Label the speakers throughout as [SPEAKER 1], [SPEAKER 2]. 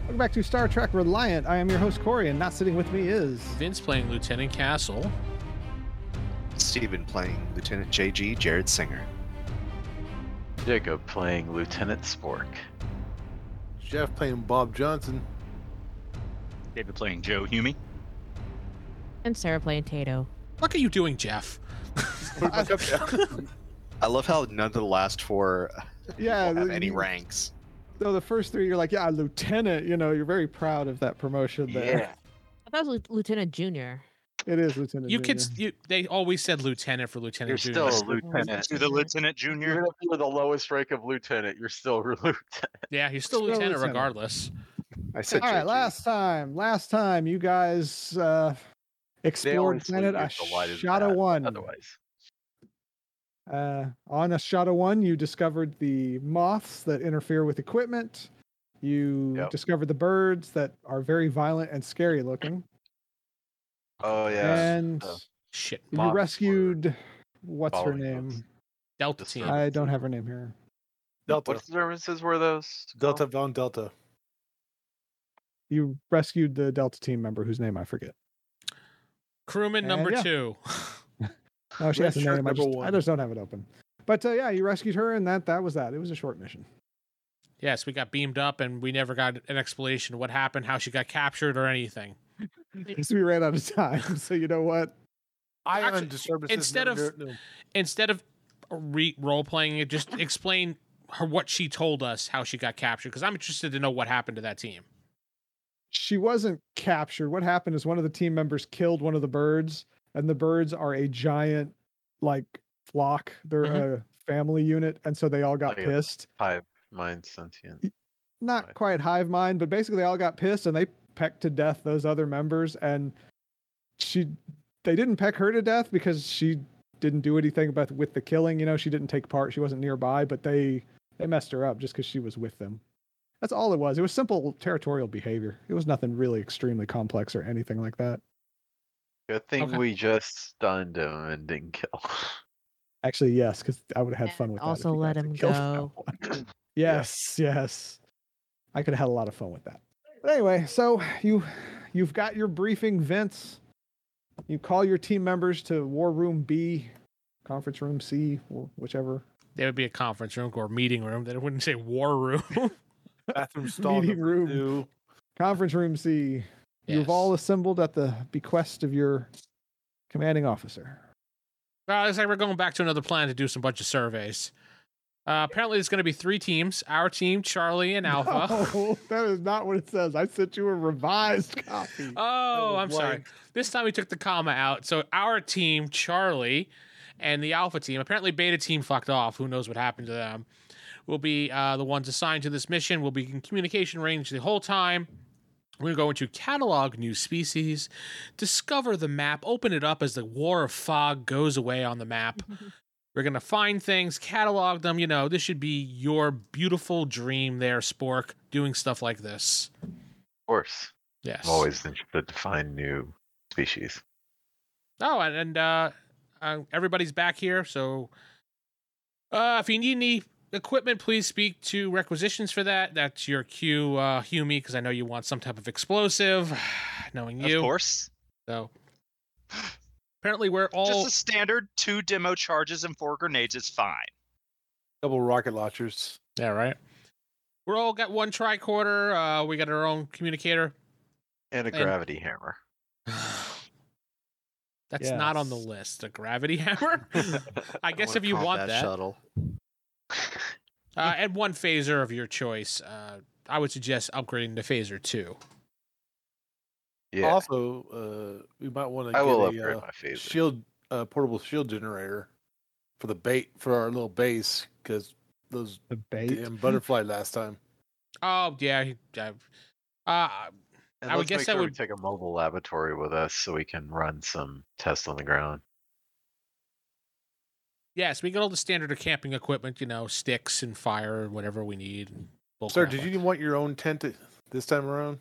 [SPEAKER 1] Welcome back to Star Trek Reliant. I am your host Corey, and not sitting with me is
[SPEAKER 2] Vince playing Lieutenant Castle.
[SPEAKER 3] Steven playing Lieutenant JG Jared Singer.
[SPEAKER 4] Jacob playing Lieutenant Spork.
[SPEAKER 5] Jeff playing Bob Johnson.
[SPEAKER 6] David playing Joe Humey.
[SPEAKER 7] and Sarah playing Tato.
[SPEAKER 2] What are you doing, Jeff?
[SPEAKER 3] I love how none of the last four
[SPEAKER 1] yeah.
[SPEAKER 3] have any
[SPEAKER 1] you-
[SPEAKER 3] ranks.
[SPEAKER 1] Though the first three, you're like, yeah, lieutenant. You know, you're very proud of that promotion. There,
[SPEAKER 7] I thought it was Lieu- Lieutenant Junior.
[SPEAKER 1] it is lieutenant.
[SPEAKER 2] You
[SPEAKER 1] Junior.
[SPEAKER 2] kids, you, they always said Lieutenant for Lieutenant
[SPEAKER 4] You're
[SPEAKER 2] Junior.
[SPEAKER 4] still a lieutenant.
[SPEAKER 6] To the Lieutenant
[SPEAKER 4] Even
[SPEAKER 6] Junior.
[SPEAKER 4] if you're the lowest rank of lieutenant, you're still a lieutenant.
[SPEAKER 2] yeah, you're still,
[SPEAKER 1] still a
[SPEAKER 2] lieutenant,
[SPEAKER 1] lieutenant.
[SPEAKER 2] regardless.
[SPEAKER 3] I said.
[SPEAKER 1] All right,
[SPEAKER 3] JG.
[SPEAKER 1] last time, last time you guys uh explored
[SPEAKER 4] always
[SPEAKER 1] planet
[SPEAKER 4] leave you, so why does it
[SPEAKER 1] Ashada
[SPEAKER 4] matter?
[SPEAKER 1] One.
[SPEAKER 4] Otherwise,
[SPEAKER 1] Uh, on Ashada One, you discovered the moths that interfere with equipment. You
[SPEAKER 4] Yep.
[SPEAKER 1] discovered the birds that are very violent and scary looking,
[SPEAKER 4] oh yeah,
[SPEAKER 1] and
[SPEAKER 4] uh,
[SPEAKER 2] Shit,
[SPEAKER 1] you
[SPEAKER 4] Bob
[SPEAKER 1] rescued what's her
[SPEAKER 4] following
[SPEAKER 1] name?
[SPEAKER 4] those.
[SPEAKER 2] Delta
[SPEAKER 4] Just
[SPEAKER 2] Team.
[SPEAKER 4] for-
[SPEAKER 1] I don't have her name here.
[SPEAKER 5] Delta.
[SPEAKER 4] what disturbances were those?
[SPEAKER 5] Delta Von Delta.
[SPEAKER 1] You rescued the Delta team member whose name I forget.
[SPEAKER 2] Crewman
[SPEAKER 1] And
[SPEAKER 2] number
[SPEAKER 1] yeah.
[SPEAKER 2] two.
[SPEAKER 1] No, Oh, she
[SPEAKER 5] Red
[SPEAKER 1] has a
[SPEAKER 5] shirt
[SPEAKER 1] name. I
[SPEAKER 5] number
[SPEAKER 1] just, I
[SPEAKER 5] one.
[SPEAKER 1] just don't have it open. But uh, yeah, you rescued her, and that that was that. It was a short mission.
[SPEAKER 2] yes, we got beamed up, and we never got an explanation of what happened, how she got captured, or anything.
[SPEAKER 1] So we ran out of time. So you know what?
[SPEAKER 5] Ion
[SPEAKER 2] Actually,
[SPEAKER 5] disturbances.
[SPEAKER 2] instead
[SPEAKER 5] no,
[SPEAKER 2] of-
[SPEAKER 5] no, no.
[SPEAKER 2] Instead of re role playing it, just explain her what she told us, how she got captured, because I'm interested to know what happened to that team.
[SPEAKER 1] She wasn't captured. What happened is one of the team members killed one of the birds, and the birds are a giant like flock. They're
[SPEAKER 5] Mm-hmm.
[SPEAKER 2] Mhm.
[SPEAKER 1] a family unit, and so they all got
[SPEAKER 4] Like a-
[SPEAKER 1] pissed.
[SPEAKER 4] Oh, Hive mind sentient.
[SPEAKER 1] not
[SPEAKER 4] Right.
[SPEAKER 1] quite hive mind, but basically they all got pissed and they pecked to death those other members. And she, they didn't peck her to death because she didn't do anything about with the killing. You know, she didn't take part. She wasn't nearby, but they they messed her up just because she was with them. That's all it was. It was simple territorial behavior. It was nothing really extremely complex or anything like that.
[SPEAKER 4] Good thing
[SPEAKER 2] Okay.
[SPEAKER 4] we just stunned him and didn't kill.
[SPEAKER 1] Actually, yes, because I would have had fun
[SPEAKER 7] And
[SPEAKER 1] with that. if
[SPEAKER 7] also
[SPEAKER 1] you
[SPEAKER 7] let
[SPEAKER 1] guys had
[SPEAKER 7] him
[SPEAKER 1] killed
[SPEAKER 7] go.
[SPEAKER 1] that one. yes, yes. I could have had a lot of fun with that. But anyway, so you you've got your briefing, Vince. You call your team members to War Room B, Conference Room C, or whichever
[SPEAKER 2] There would be a conference room or meeting room. That wouldn't say war room.
[SPEAKER 5] bathroom stall
[SPEAKER 1] meeting
[SPEAKER 5] number
[SPEAKER 1] room.
[SPEAKER 5] two.
[SPEAKER 1] Conference Room C.
[SPEAKER 2] Yes.
[SPEAKER 1] You've all assembled at the bequest of your commanding officer.
[SPEAKER 2] Well, Uh, it's like we're going back to another planet to do some bunch of surveys. Uh, apparently, there's going to be three teams: our team, Charlie, and Alpha.
[SPEAKER 1] No, that is not what it says. I sent you a revised copy.
[SPEAKER 2] Oh,
[SPEAKER 5] was
[SPEAKER 2] I'm sorry.
[SPEAKER 5] blank.
[SPEAKER 2] This time we took the comma out. So our team, Charlie, and the Alpha team. Apparently, Beta team fucked off. Who knows what happened to them? Will be uh, the ones assigned to this mission. Will be in communication range the whole time. We're going to catalog new species, discover the map, open it up as the war of fog goes away on the map. We're going to find things, catalog them. You know, this should be your beautiful dream there, Spork, doing stuff like this.
[SPEAKER 4] Of course,
[SPEAKER 2] Yes.
[SPEAKER 4] I'm always interested to find new species.
[SPEAKER 2] Oh, and, and uh, uh, everybody's back here. So uh, if you need any equipment, please speak to requisitions for that. That's your cue, uh, Hume, because I know you want some type of explosive. Knowing you,
[SPEAKER 6] Of course.
[SPEAKER 2] so apparently we're all
[SPEAKER 6] Just a standard two demo charges and four grenades is fine.
[SPEAKER 5] Double rocket launchers.
[SPEAKER 2] yeah, right. We're all got one tricorder. Uh, we got our own communicator.
[SPEAKER 4] And a
[SPEAKER 2] And-
[SPEAKER 4] gravity hammer.
[SPEAKER 2] That's not on the
[SPEAKER 1] Yes.
[SPEAKER 2] list. A gravity hammer. I guess if you want that,
[SPEAKER 3] shuttle.
[SPEAKER 2] uh, and one phaser of your choice. Uh, I would suggest upgrading to phaser two.
[SPEAKER 4] Yeah,
[SPEAKER 5] Also, uh, we might want to
[SPEAKER 4] I
[SPEAKER 5] get
[SPEAKER 4] will
[SPEAKER 5] a
[SPEAKER 4] upgrade
[SPEAKER 5] uh,
[SPEAKER 4] my phaser.
[SPEAKER 5] shield, uh, portable shield generator for the bait for our little base because those
[SPEAKER 1] The bait.
[SPEAKER 5] damn butterfly last time.
[SPEAKER 2] Oh yeah, he, uh, uh,
[SPEAKER 4] And
[SPEAKER 2] I would
[SPEAKER 4] let's
[SPEAKER 2] guess
[SPEAKER 4] make
[SPEAKER 2] that
[SPEAKER 4] sure we
[SPEAKER 2] would-
[SPEAKER 4] take a mobile laboratory with us so we can run some tests on the ground.
[SPEAKER 2] Yes, we got all the standard of camping equipment, you know, sticks and fire and whatever we need. and bull
[SPEAKER 5] Sir,
[SPEAKER 2] crap
[SPEAKER 5] did
[SPEAKER 2] like-
[SPEAKER 5] you want your own tent t- this time around?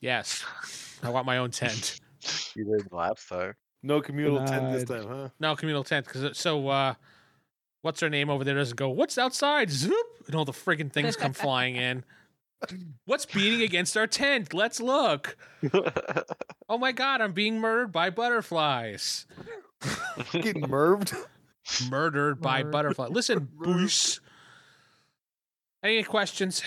[SPEAKER 2] Yes, I want my own tent.
[SPEAKER 4] You did last time.
[SPEAKER 5] No communal tent this
[SPEAKER 1] Denied.
[SPEAKER 5] time, huh?
[SPEAKER 2] No communal tent because so uh, what's her name over there doesn't go. What's outside? Zoop! And all the friggin' things come flying in. What's beating against our tent? Let's look. Oh my god, I'm being murdered by butterflies.
[SPEAKER 5] Getting merved.
[SPEAKER 2] Murdered by
[SPEAKER 7] Murdered.
[SPEAKER 2] butterflies. Listen, Bruce. Any questions?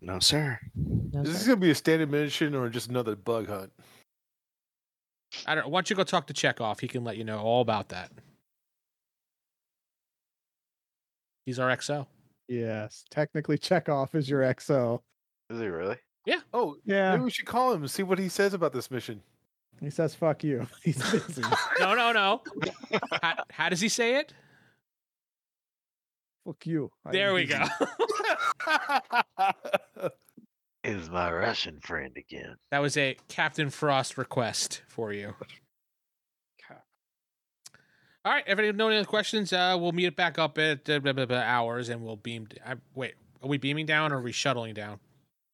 [SPEAKER 3] No, sir.
[SPEAKER 7] No,
[SPEAKER 5] Is this
[SPEAKER 7] sir.
[SPEAKER 5] gonna be a standard mission or just another bug hunt?
[SPEAKER 2] I don't. Why don't you go talk to Chekhov? He can let you know all about that. He's our XO.
[SPEAKER 1] Yes, technically Chekhov is your XO.
[SPEAKER 4] Is he really?
[SPEAKER 5] Oh, maybe
[SPEAKER 1] Yeah,
[SPEAKER 5] we should call him and see what he says about this mission.
[SPEAKER 1] he says fuck you. He's busy.
[SPEAKER 2] No, no, no. how, how does he say it?
[SPEAKER 1] fuck you. I am
[SPEAKER 2] There we
[SPEAKER 1] busy.
[SPEAKER 2] go.
[SPEAKER 4] Is my Russian friend again?
[SPEAKER 2] That was a Captain Frost request for you. All right, everybody, no other questions? Uh, we'll meet it back up at uh, blah, blah, blah, hours, and we'll beam. d- I, wait, are we beaming down or are we shuttling down?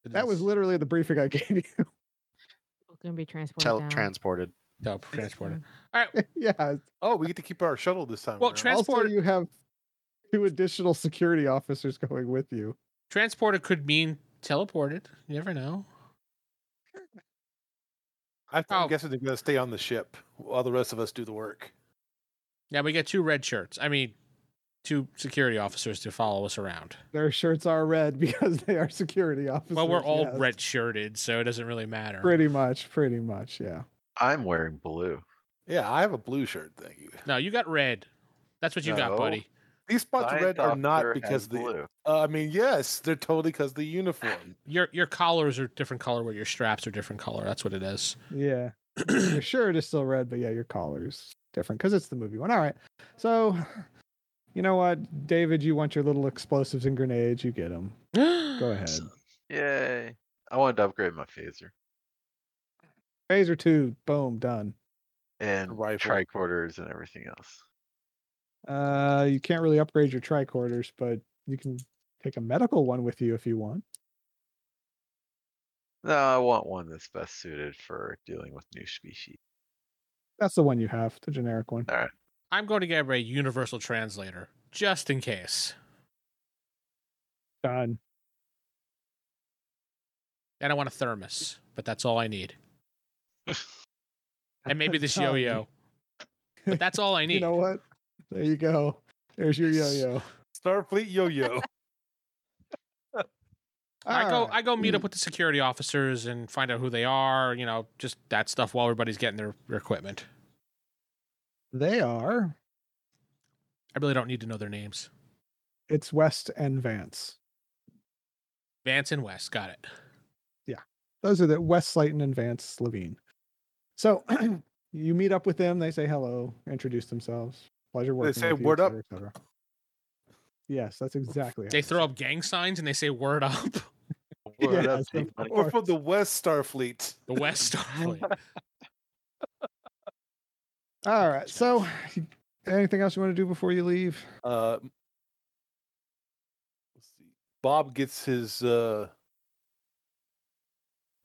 [SPEAKER 1] That was literally the briefing I gave you.
[SPEAKER 7] We're gonna be transported
[SPEAKER 3] Tele-
[SPEAKER 7] down.
[SPEAKER 3] transported.
[SPEAKER 2] no, transporter.
[SPEAKER 1] yeah.
[SPEAKER 5] oh, we get to keep our shuttle this time.
[SPEAKER 2] Well,
[SPEAKER 5] around.
[SPEAKER 2] trans-
[SPEAKER 1] Also,
[SPEAKER 2] Transport-
[SPEAKER 1] you have two additional security officers going with you.
[SPEAKER 2] Transported could mean teleported. You never know.
[SPEAKER 5] I- I'm
[SPEAKER 2] oh.
[SPEAKER 5] guessing they're gonna stay on the ship while the rest of us do the work.
[SPEAKER 2] Yeah, we get two red shirts. I mean, two security officers to follow us around.
[SPEAKER 1] Their shirts are red because they are security officers.
[SPEAKER 2] Well, we're all
[SPEAKER 1] yes.
[SPEAKER 2] red shirted, so it doesn't really matter.
[SPEAKER 1] Pretty much, pretty much, yeah.
[SPEAKER 4] I'm wearing blue.
[SPEAKER 5] Yeah, I have a blue shirt. Thank you.
[SPEAKER 2] No, you got red. That's what you got,
[SPEAKER 4] No.
[SPEAKER 2] buddy.
[SPEAKER 5] These spots
[SPEAKER 4] Science
[SPEAKER 5] red are not
[SPEAKER 4] officer
[SPEAKER 5] because
[SPEAKER 4] has
[SPEAKER 5] the.
[SPEAKER 4] blue.
[SPEAKER 5] Uh, I mean, yes, they're totally because the uniform.
[SPEAKER 2] Your your collars are different color, where your straps are different color. That's what it is.
[SPEAKER 1] Yeah. your shirt is still red, but yeah, your collar's different because it's the movie one. All right. So, you know what, David, you want your little explosives and grenades, you get them. Go ahead.
[SPEAKER 4] Yay! I wanted to upgrade my phaser
[SPEAKER 1] Phaser 2, boom, done.
[SPEAKER 4] and
[SPEAKER 5] Rifle.
[SPEAKER 4] tricorders and everything else.
[SPEAKER 1] Uh, you can't really upgrade your tricorders, but you can take a medical one with you if you want.
[SPEAKER 4] No, I want one that's best suited for dealing with new species.
[SPEAKER 1] That's the one you have, the generic one.
[SPEAKER 2] I'm going to get a universal translator just in case,
[SPEAKER 1] Done.
[SPEAKER 2] and I want a thermos, but that's all I need, and maybe this
[SPEAKER 1] Done.
[SPEAKER 2] yo-yo. But that's all I need.
[SPEAKER 1] You know what? There you go. There's your yo-yo.
[SPEAKER 5] Starfleet yo-yo.
[SPEAKER 2] I go
[SPEAKER 1] Alright. Mm.
[SPEAKER 2] I go meet up with the security officers and find out who they are. You know, just that stuff while everybody's getting their, their equipment.
[SPEAKER 1] They are.
[SPEAKER 2] I really don't need to know their names.
[SPEAKER 1] It's West and Vance.
[SPEAKER 2] Vance and West, got it.
[SPEAKER 1] those are the West Slayton and Vance Levine. So you meet up with them. They say hello, introduce themselves. Pleasure working.
[SPEAKER 5] say,
[SPEAKER 1] with you,
[SPEAKER 5] "Word
[SPEAKER 1] et
[SPEAKER 5] up."
[SPEAKER 1] cetera, et cetera. Yes, that's exactly. how
[SPEAKER 2] They
[SPEAKER 1] they
[SPEAKER 2] throw
[SPEAKER 1] say
[SPEAKER 2] up gang signs and they say "Word up."
[SPEAKER 1] it.
[SPEAKER 4] Word up,
[SPEAKER 1] Yes,
[SPEAKER 4] Team
[SPEAKER 1] of
[SPEAKER 4] Money.
[SPEAKER 5] We're
[SPEAKER 1] course.
[SPEAKER 5] from the West Starfleet.
[SPEAKER 2] The West Starfleet.
[SPEAKER 1] All right. So, anything else you want to do before you leave?
[SPEAKER 5] Uh, let's see. Bob gets his uh,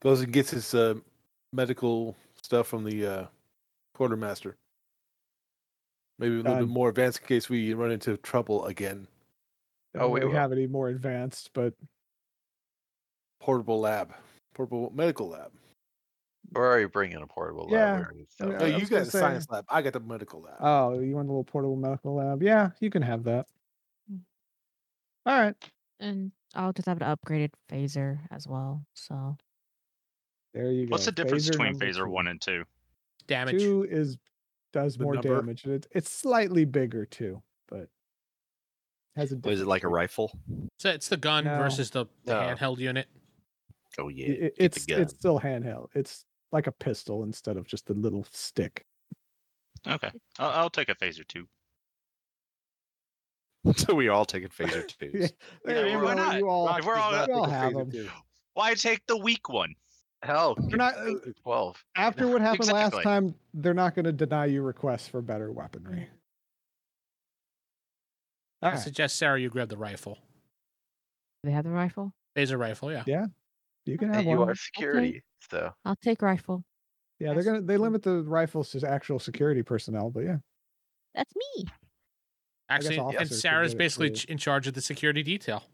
[SPEAKER 5] goes and gets his uh, medical stuff from the uh, quartermaster. Maybe a little
[SPEAKER 1] Done.
[SPEAKER 5] bit more advanced in case we run into trouble again.
[SPEAKER 1] I don't
[SPEAKER 4] Oh, we
[SPEAKER 1] really
[SPEAKER 4] will.
[SPEAKER 1] have any more advanced, but
[SPEAKER 5] Portable lab, portable medical lab.
[SPEAKER 4] We're already bringing a portable
[SPEAKER 1] Yeah,
[SPEAKER 4] library.
[SPEAKER 1] I mean,
[SPEAKER 4] So
[SPEAKER 5] No,
[SPEAKER 1] I
[SPEAKER 5] you
[SPEAKER 1] was
[SPEAKER 5] got
[SPEAKER 1] gonna
[SPEAKER 5] the science lab. I got the medical lab.
[SPEAKER 1] oh, you want a little portable medical lab? Yeah, you can have that. All right.
[SPEAKER 7] And I'll just have an upgraded phaser as well. So
[SPEAKER 1] There you go.
[SPEAKER 6] What's the difference between
[SPEAKER 1] number
[SPEAKER 6] phaser
[SPEAKER 1] two.
[SPEAKER 6] one and two?
[SPEAKER 2] Damage.
[SPEAKER 1] Two is does
[SPEAKER 5] The
[SPEAKER 1] more
[SPEAKER 5] number.
[SPEAKER 1] damage. and It's it's slightly bigger too, but has
[SPEAKER 3] Was
[SPEAKER 1] a.
[SPEAKER 3] it
[SPEAKER 1] different
[SPEAKER 3] like a
[SPEAKER 1] shape.
[SPEAKER 3] rifle?
[SPEAKER 2] So it's the gun
[SPEAKER 1] No.
[SPEAKER 2] versus the, the
[SPEAKER 3] No.
[SPEAKER 2] handheld unit.
[SPEAKER 3] Oh yeah.
[SPEAKER 1] I- i-
[SPEAKER 3] get the
[SPEAKER 1] it's
[SPEAKER 3] gun.
[SPEAKER 1] it's still handheld. It's like a pistol instead of just a little stick.
[SPEAKER 6] Okay, I'll, I'll take a phaser two.
[SPEAKER 3] so we all taking phaser twos.
[SPEAKER 1] There
[SPEAKER 6] Yeah,
[SPEAKER 1] you
[SPEAKER 6] why
[SPEAKER 1] go,
[SPEAKER 6] not?
[SPEAKER 1] You all,
[SPEAKER 6] If we're all-
[SPEAKER 1] you all have them.
[SPEAKER 6] Why take the weak one?
[SPEAKER 4] Hell,
[SPEAKER 1] They're not, uh,
[SPEAKER 4] twelve.
[SPEAKER 1] after what happened last
[SPEAKER 6] Exactly.
[SPEAKER 1] time, they're not going to deny you requests for better weaponry. All
[SPEAKER 2] I
[SPEAKER 1] right.
[SPEAKER 2] suggest Sarah you grab the rifle.
[SPEAKER 7] Do they have the rifle?
[SPEAKER 2] Laser rifle, yeah.
[SPEAKER 1] You can have
[SPEAKER 4] And you
[SPEAKER 1] one.
[SPEAKER 4] are security, so
[SPEAKER 7] I'll take rifle.
[SPEAKER 1] Yeah, they're
[SPEAKER 7] Yes.
[SPEAKER 1] gonna they limit the rifles to actual security personnel, but yeah.
[SPEAKER 7] That's me.
[SPEAKER 1] guess
[SPEAKER 2] Actually, and
[SPEAKER 1] officers could
[SPEAKER 2] Sarah's
[SPEAKER 1] get it
[SPEAKER 2] basically
[SPEAKER 1] too.
[SPEAKER 2] ch- in charge of the security detail.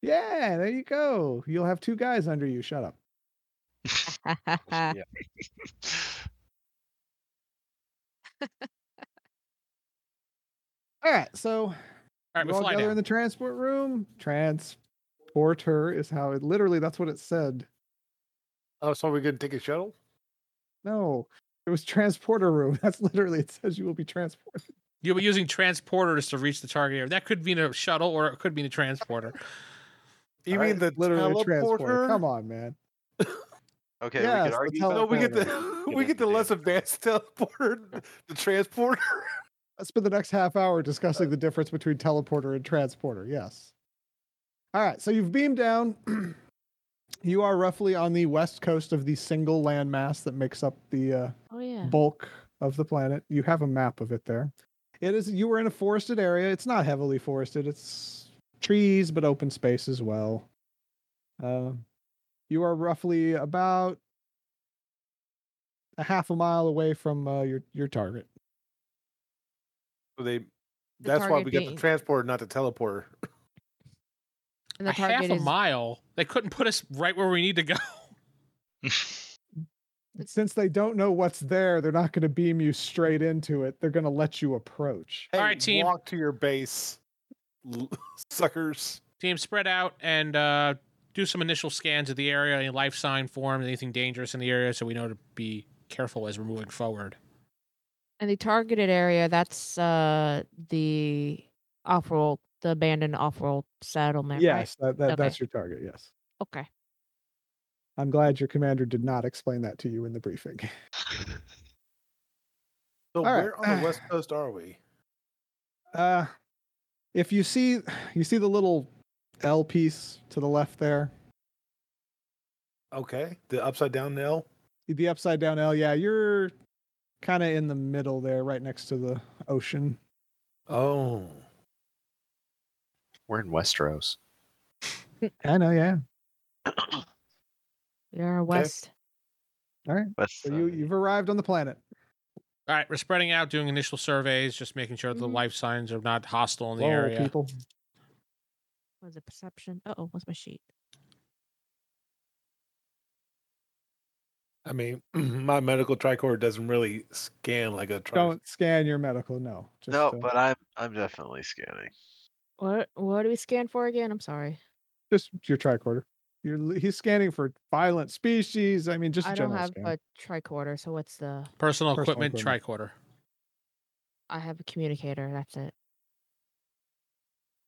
[SPEAKER 1] Yeah, there you go. You'll have two guys under you. Shut up.
[SPEAKER 7] Oh,
[SPEAKER 4] yeah.
[SPEAKER 1] All right, so
[SPEAKER 2] All right,
[SPEAKER 1] we
[SPEAKER 2] we
[SPEAKER 1] all
[SPEAKER 2] fly
[SPEAKER 1] gather in
[SPEAKER 2] down.
[SPEAKER 1] the transport room. Transporter is how it literally that's what it said.
[SPEAKER 5] Oh, so we're going to take a shuttle?
[SPEAKER 1] No. It was transporter room. That's literally it says you will be transported.
[SPEAKER 2] You'll be using transporters to reach the target area. That could mean a shuttle or it could mean a transporter.
[SPEAKER 5] You
[SPEAKER 1] All
[SPEAKER 5] mean
[SPEAKER 1] right,
[SPEAKER 5] the
[SPEAKER 1] literally a
[SPEAKER 5] teleporter?
[SPEAKER 1] transporter? Come on, man.
[SPEAKER 4] Okay, we
[SPEAKER 1] Yes,
[SPEAKER 4] could
[SPEAKER 1] the
[SPEAKER 4] argue.
[SPEAKER 1] tele-
[SPEAKER 4] about
[SPEAKER 5] No, we get
[SPEAKER 4] that.
[SPEAKER 5] the
[SPEAKER 4] Get
[SPEAKER 5] we
[SPEAKER 4] it,
[SPEAKER 5] get the
[SPEAKER 4] dude.
[SPEAKER 5] less advanced teleporter, the transporter.
[SPEAKER 1] Let's uh, spend the next half hour discussing the difference between teleporter and transporter. Yes. All right. So you've beamed down. you are roughly on the west coast of the single landmass that makes up the uh,
[SPEAKER 7] Oh yeah.
[SPEAKER 1] bulk of the planet. You have a map of it there. It is. You were in a forested area. It's not heavily forested. It's trees, but open space as well. Uh, you are roughly about a half a mile away from uh, your your target.
[SPEAKER 5] So they. That's why
[SPEAKER 7] target
[SPEAKER 5] we got the
[SPEAKER 7] being-
[SPEAKER 5] transporter, not the teleporter.
[SPEAKER 7] And
[SPEAKER 2] A
[SPEAKER 7] the
[SPEAKER 2] half
[SPEAKER 7] target
[SPEAKER 2] a
[SPEAKER 7] is
[SPEAKER 2] mile. They couldn't put us right where we need to go.
[SPEAKER 1] since they don't know what's there, they're not going to beam you straight into it. They're going to let you approach.
[SPEAKER 2] All right, team.
[SPEAKER 5] Walk to your base, l- suckers.
[SPEAKER 2] Team, spread out and uh, do some initial scans of the area, any life sign forms, anything dangerous in the area, so we know to be careful as we're moving forward.
[SPEAKER 7] and the targeted area. That's uh the off-world, the abandoned off-world settlement. right?
[SPEAKER 1] Yes, that, that,
[SPEAKER 7] Okay.
[SPEAKER 1] that's your target. Yes.
[SPEAKER 7] Okay.
[SPEAKER 1] I'm glad your commander did not explain that to you in the briefing.
[SPEAKER 5] So
[SPEAKER 1] All right.
[SPEAKER 5] where on the west coast are we?
[SPEAKER 1] Uh, if you see, you see the little L piece to the left there,
[SPEAKER 5] Okay, the upside down nail.
[SPEAKER 1] the upside down L. Yeah, you're kind of in the middle there, right next to the ocean.
[SPEAKER 5] Oh,
[SPEAKER 4] We're in Westeros.
[SPEAKER 1] I know. Yeah.
[SPEAKER 7] We are west.
[SPEAKER 4] That's
[SPEAKER 1] So you you've arrived on the planet.
[SPEAKER 2] All right, we're spreading out, doing initial surveys, just making sure the
[SPEAKER 7] Mhm.
[SPEAKER 2] life signs are not hostile in the
[SPEAKER 1] Whoa,
[SPEAKER 2] area.
[SPEAKER 1] people.
[SPEAKER 7] Was it perception? Uh oh, what's my sheet?
[SPEAKER 5] I mean, my medical tricorder doesn't really scan like a tri-
[SPEAKER 1] Don't scan your medical. No. Just,
[SPEAKER 4] no,
[SPEAKER 1] uh,
[SPEAKER 4] but I'm I'm definitely scanning.
[SPEAKER 7] What what do we scan for again? I'm sorry.
[SPEAKER 1] just your tricorder. You're l- he's scanning for violent species. I mean, just
[SPEAKER 7] I
[SPEAKER 1] a
[SPEAKER 7] don't
[SPEAKER 1] general
[SPEAKER 7] have
[SPEAKER 1] scan.
[SPEAKER 7] a tricorder, so what's the
[SPEAKER 2] Personal,
[SPEAKER 1] Personal
[SPEAKER 2] equipment,
[SPEAKER 1] equipment.
[SPEAKER 2] tricorder.
[SPEAKER 7] I have a communicator, that's it.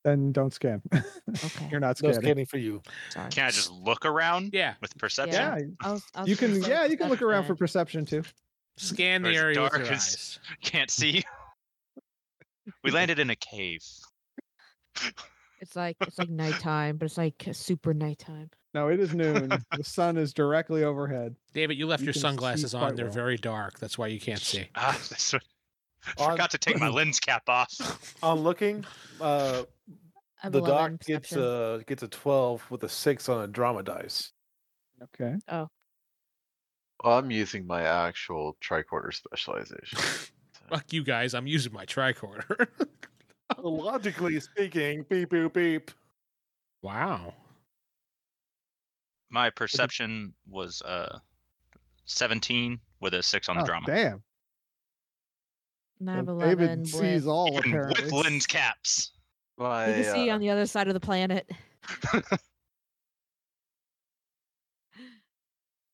[SPEAKER 1] Then don't scan.
[SPEAKER 7] Okay.
[SPEAKER 1] You're not
[SPEAKER 5] no
[SPEAKER 1] scanning.
[SPEAKER 5] scanning for you.
[SPEAKER 7] Sorry.
[SPEAKER 6] Can I just look around
[SPEAKER 2] Yeah,
[SPEAKER 6] with perception?
[SPEAKER 1] Yeah,
[SPEAKER 7] I was, I was
[SPEAKER 1] you
[SPEAKER 7] gonna
[SPEAKER 1] can.
[SPEAKER 7] say
[SPEAKER 1] Yeah, you can look around for
[SPEAKER 7] perception.
[SPEAKER 1] perception too.
[SPEAKER 2] scan the
[SPEAKER 6] Or as
[SPEAKER 2] area with
[SPEAKER 6] dark
[SPEAKER 2] your eyes.
[SPEAKER 6] as- Can't see. we landed in a cave.
[SPEAKER 7] It's like it's like nighttime, but it's like super nighttime.
[SPEAKER 1] No, it is noon. the sun is directly overhead.
[SPEAKER 2] David, you left
[SPEAKER 1] You
[SPEAKER 2] your
[SPEAKER 1] can see
[SPEAKER 2] sunglasses on.
[SPEAKER 1] quite
[SPEAKER 2] They're
[SPEAKER 1] well.
[SPEAKER 2] very dark. That's why you can't see.
[SPEAKER 6] Ah, that's what-
[SPEAKER 5] On-
[SPEAKER 6] Forgot to take my lens cap off.
[SPEAKER 5] On looking, uh,
[SPEAKER 7] I have
[SPEAKER 5] the
[SPEAKER 7] 11
[SPEAKER 5] doc
[SPEAKER 7] in
[SPEAKER 5] gets uh,
[SPEAKER 7] perception.
[SPEAKER 5] a gets a twelve with a six on a drama dice.
[SPEAKER 1] Okay.
[SPEAKER 4] Well, I'm using my actual tricorder specialization. so.
[SPEAKER 2] Fuck you guys. I'm using my tricorder.
[SPEAKER 7] Oh.
[SPEAKER 5] Logically speaking, beep beep beep.
[SPEAKER 2] wow.
[SPEAKER 6] My perception was uh, 17 with a six on the
[SPEAKER 1] Oh,
[SPEAKER 6] drama.
[SPEAKER 1] Damn.
[SPEAKER 7] And I have
[SPEAKER 1] So
[SPEAKER 7] 11
[SPEAKER 1] David sees
[SPEAKER 7] with-
[SPEAKER 1] all
[SPEAKER 6] Even
[SPEAKER 1] apparently.
[SPEAKER 6] with lens caps.
[SPEAKER 4] My,
[SPEAKER 7] You can see
[SPEAKER 4] uh,
[SPEAKER 7] on the other side of the planet.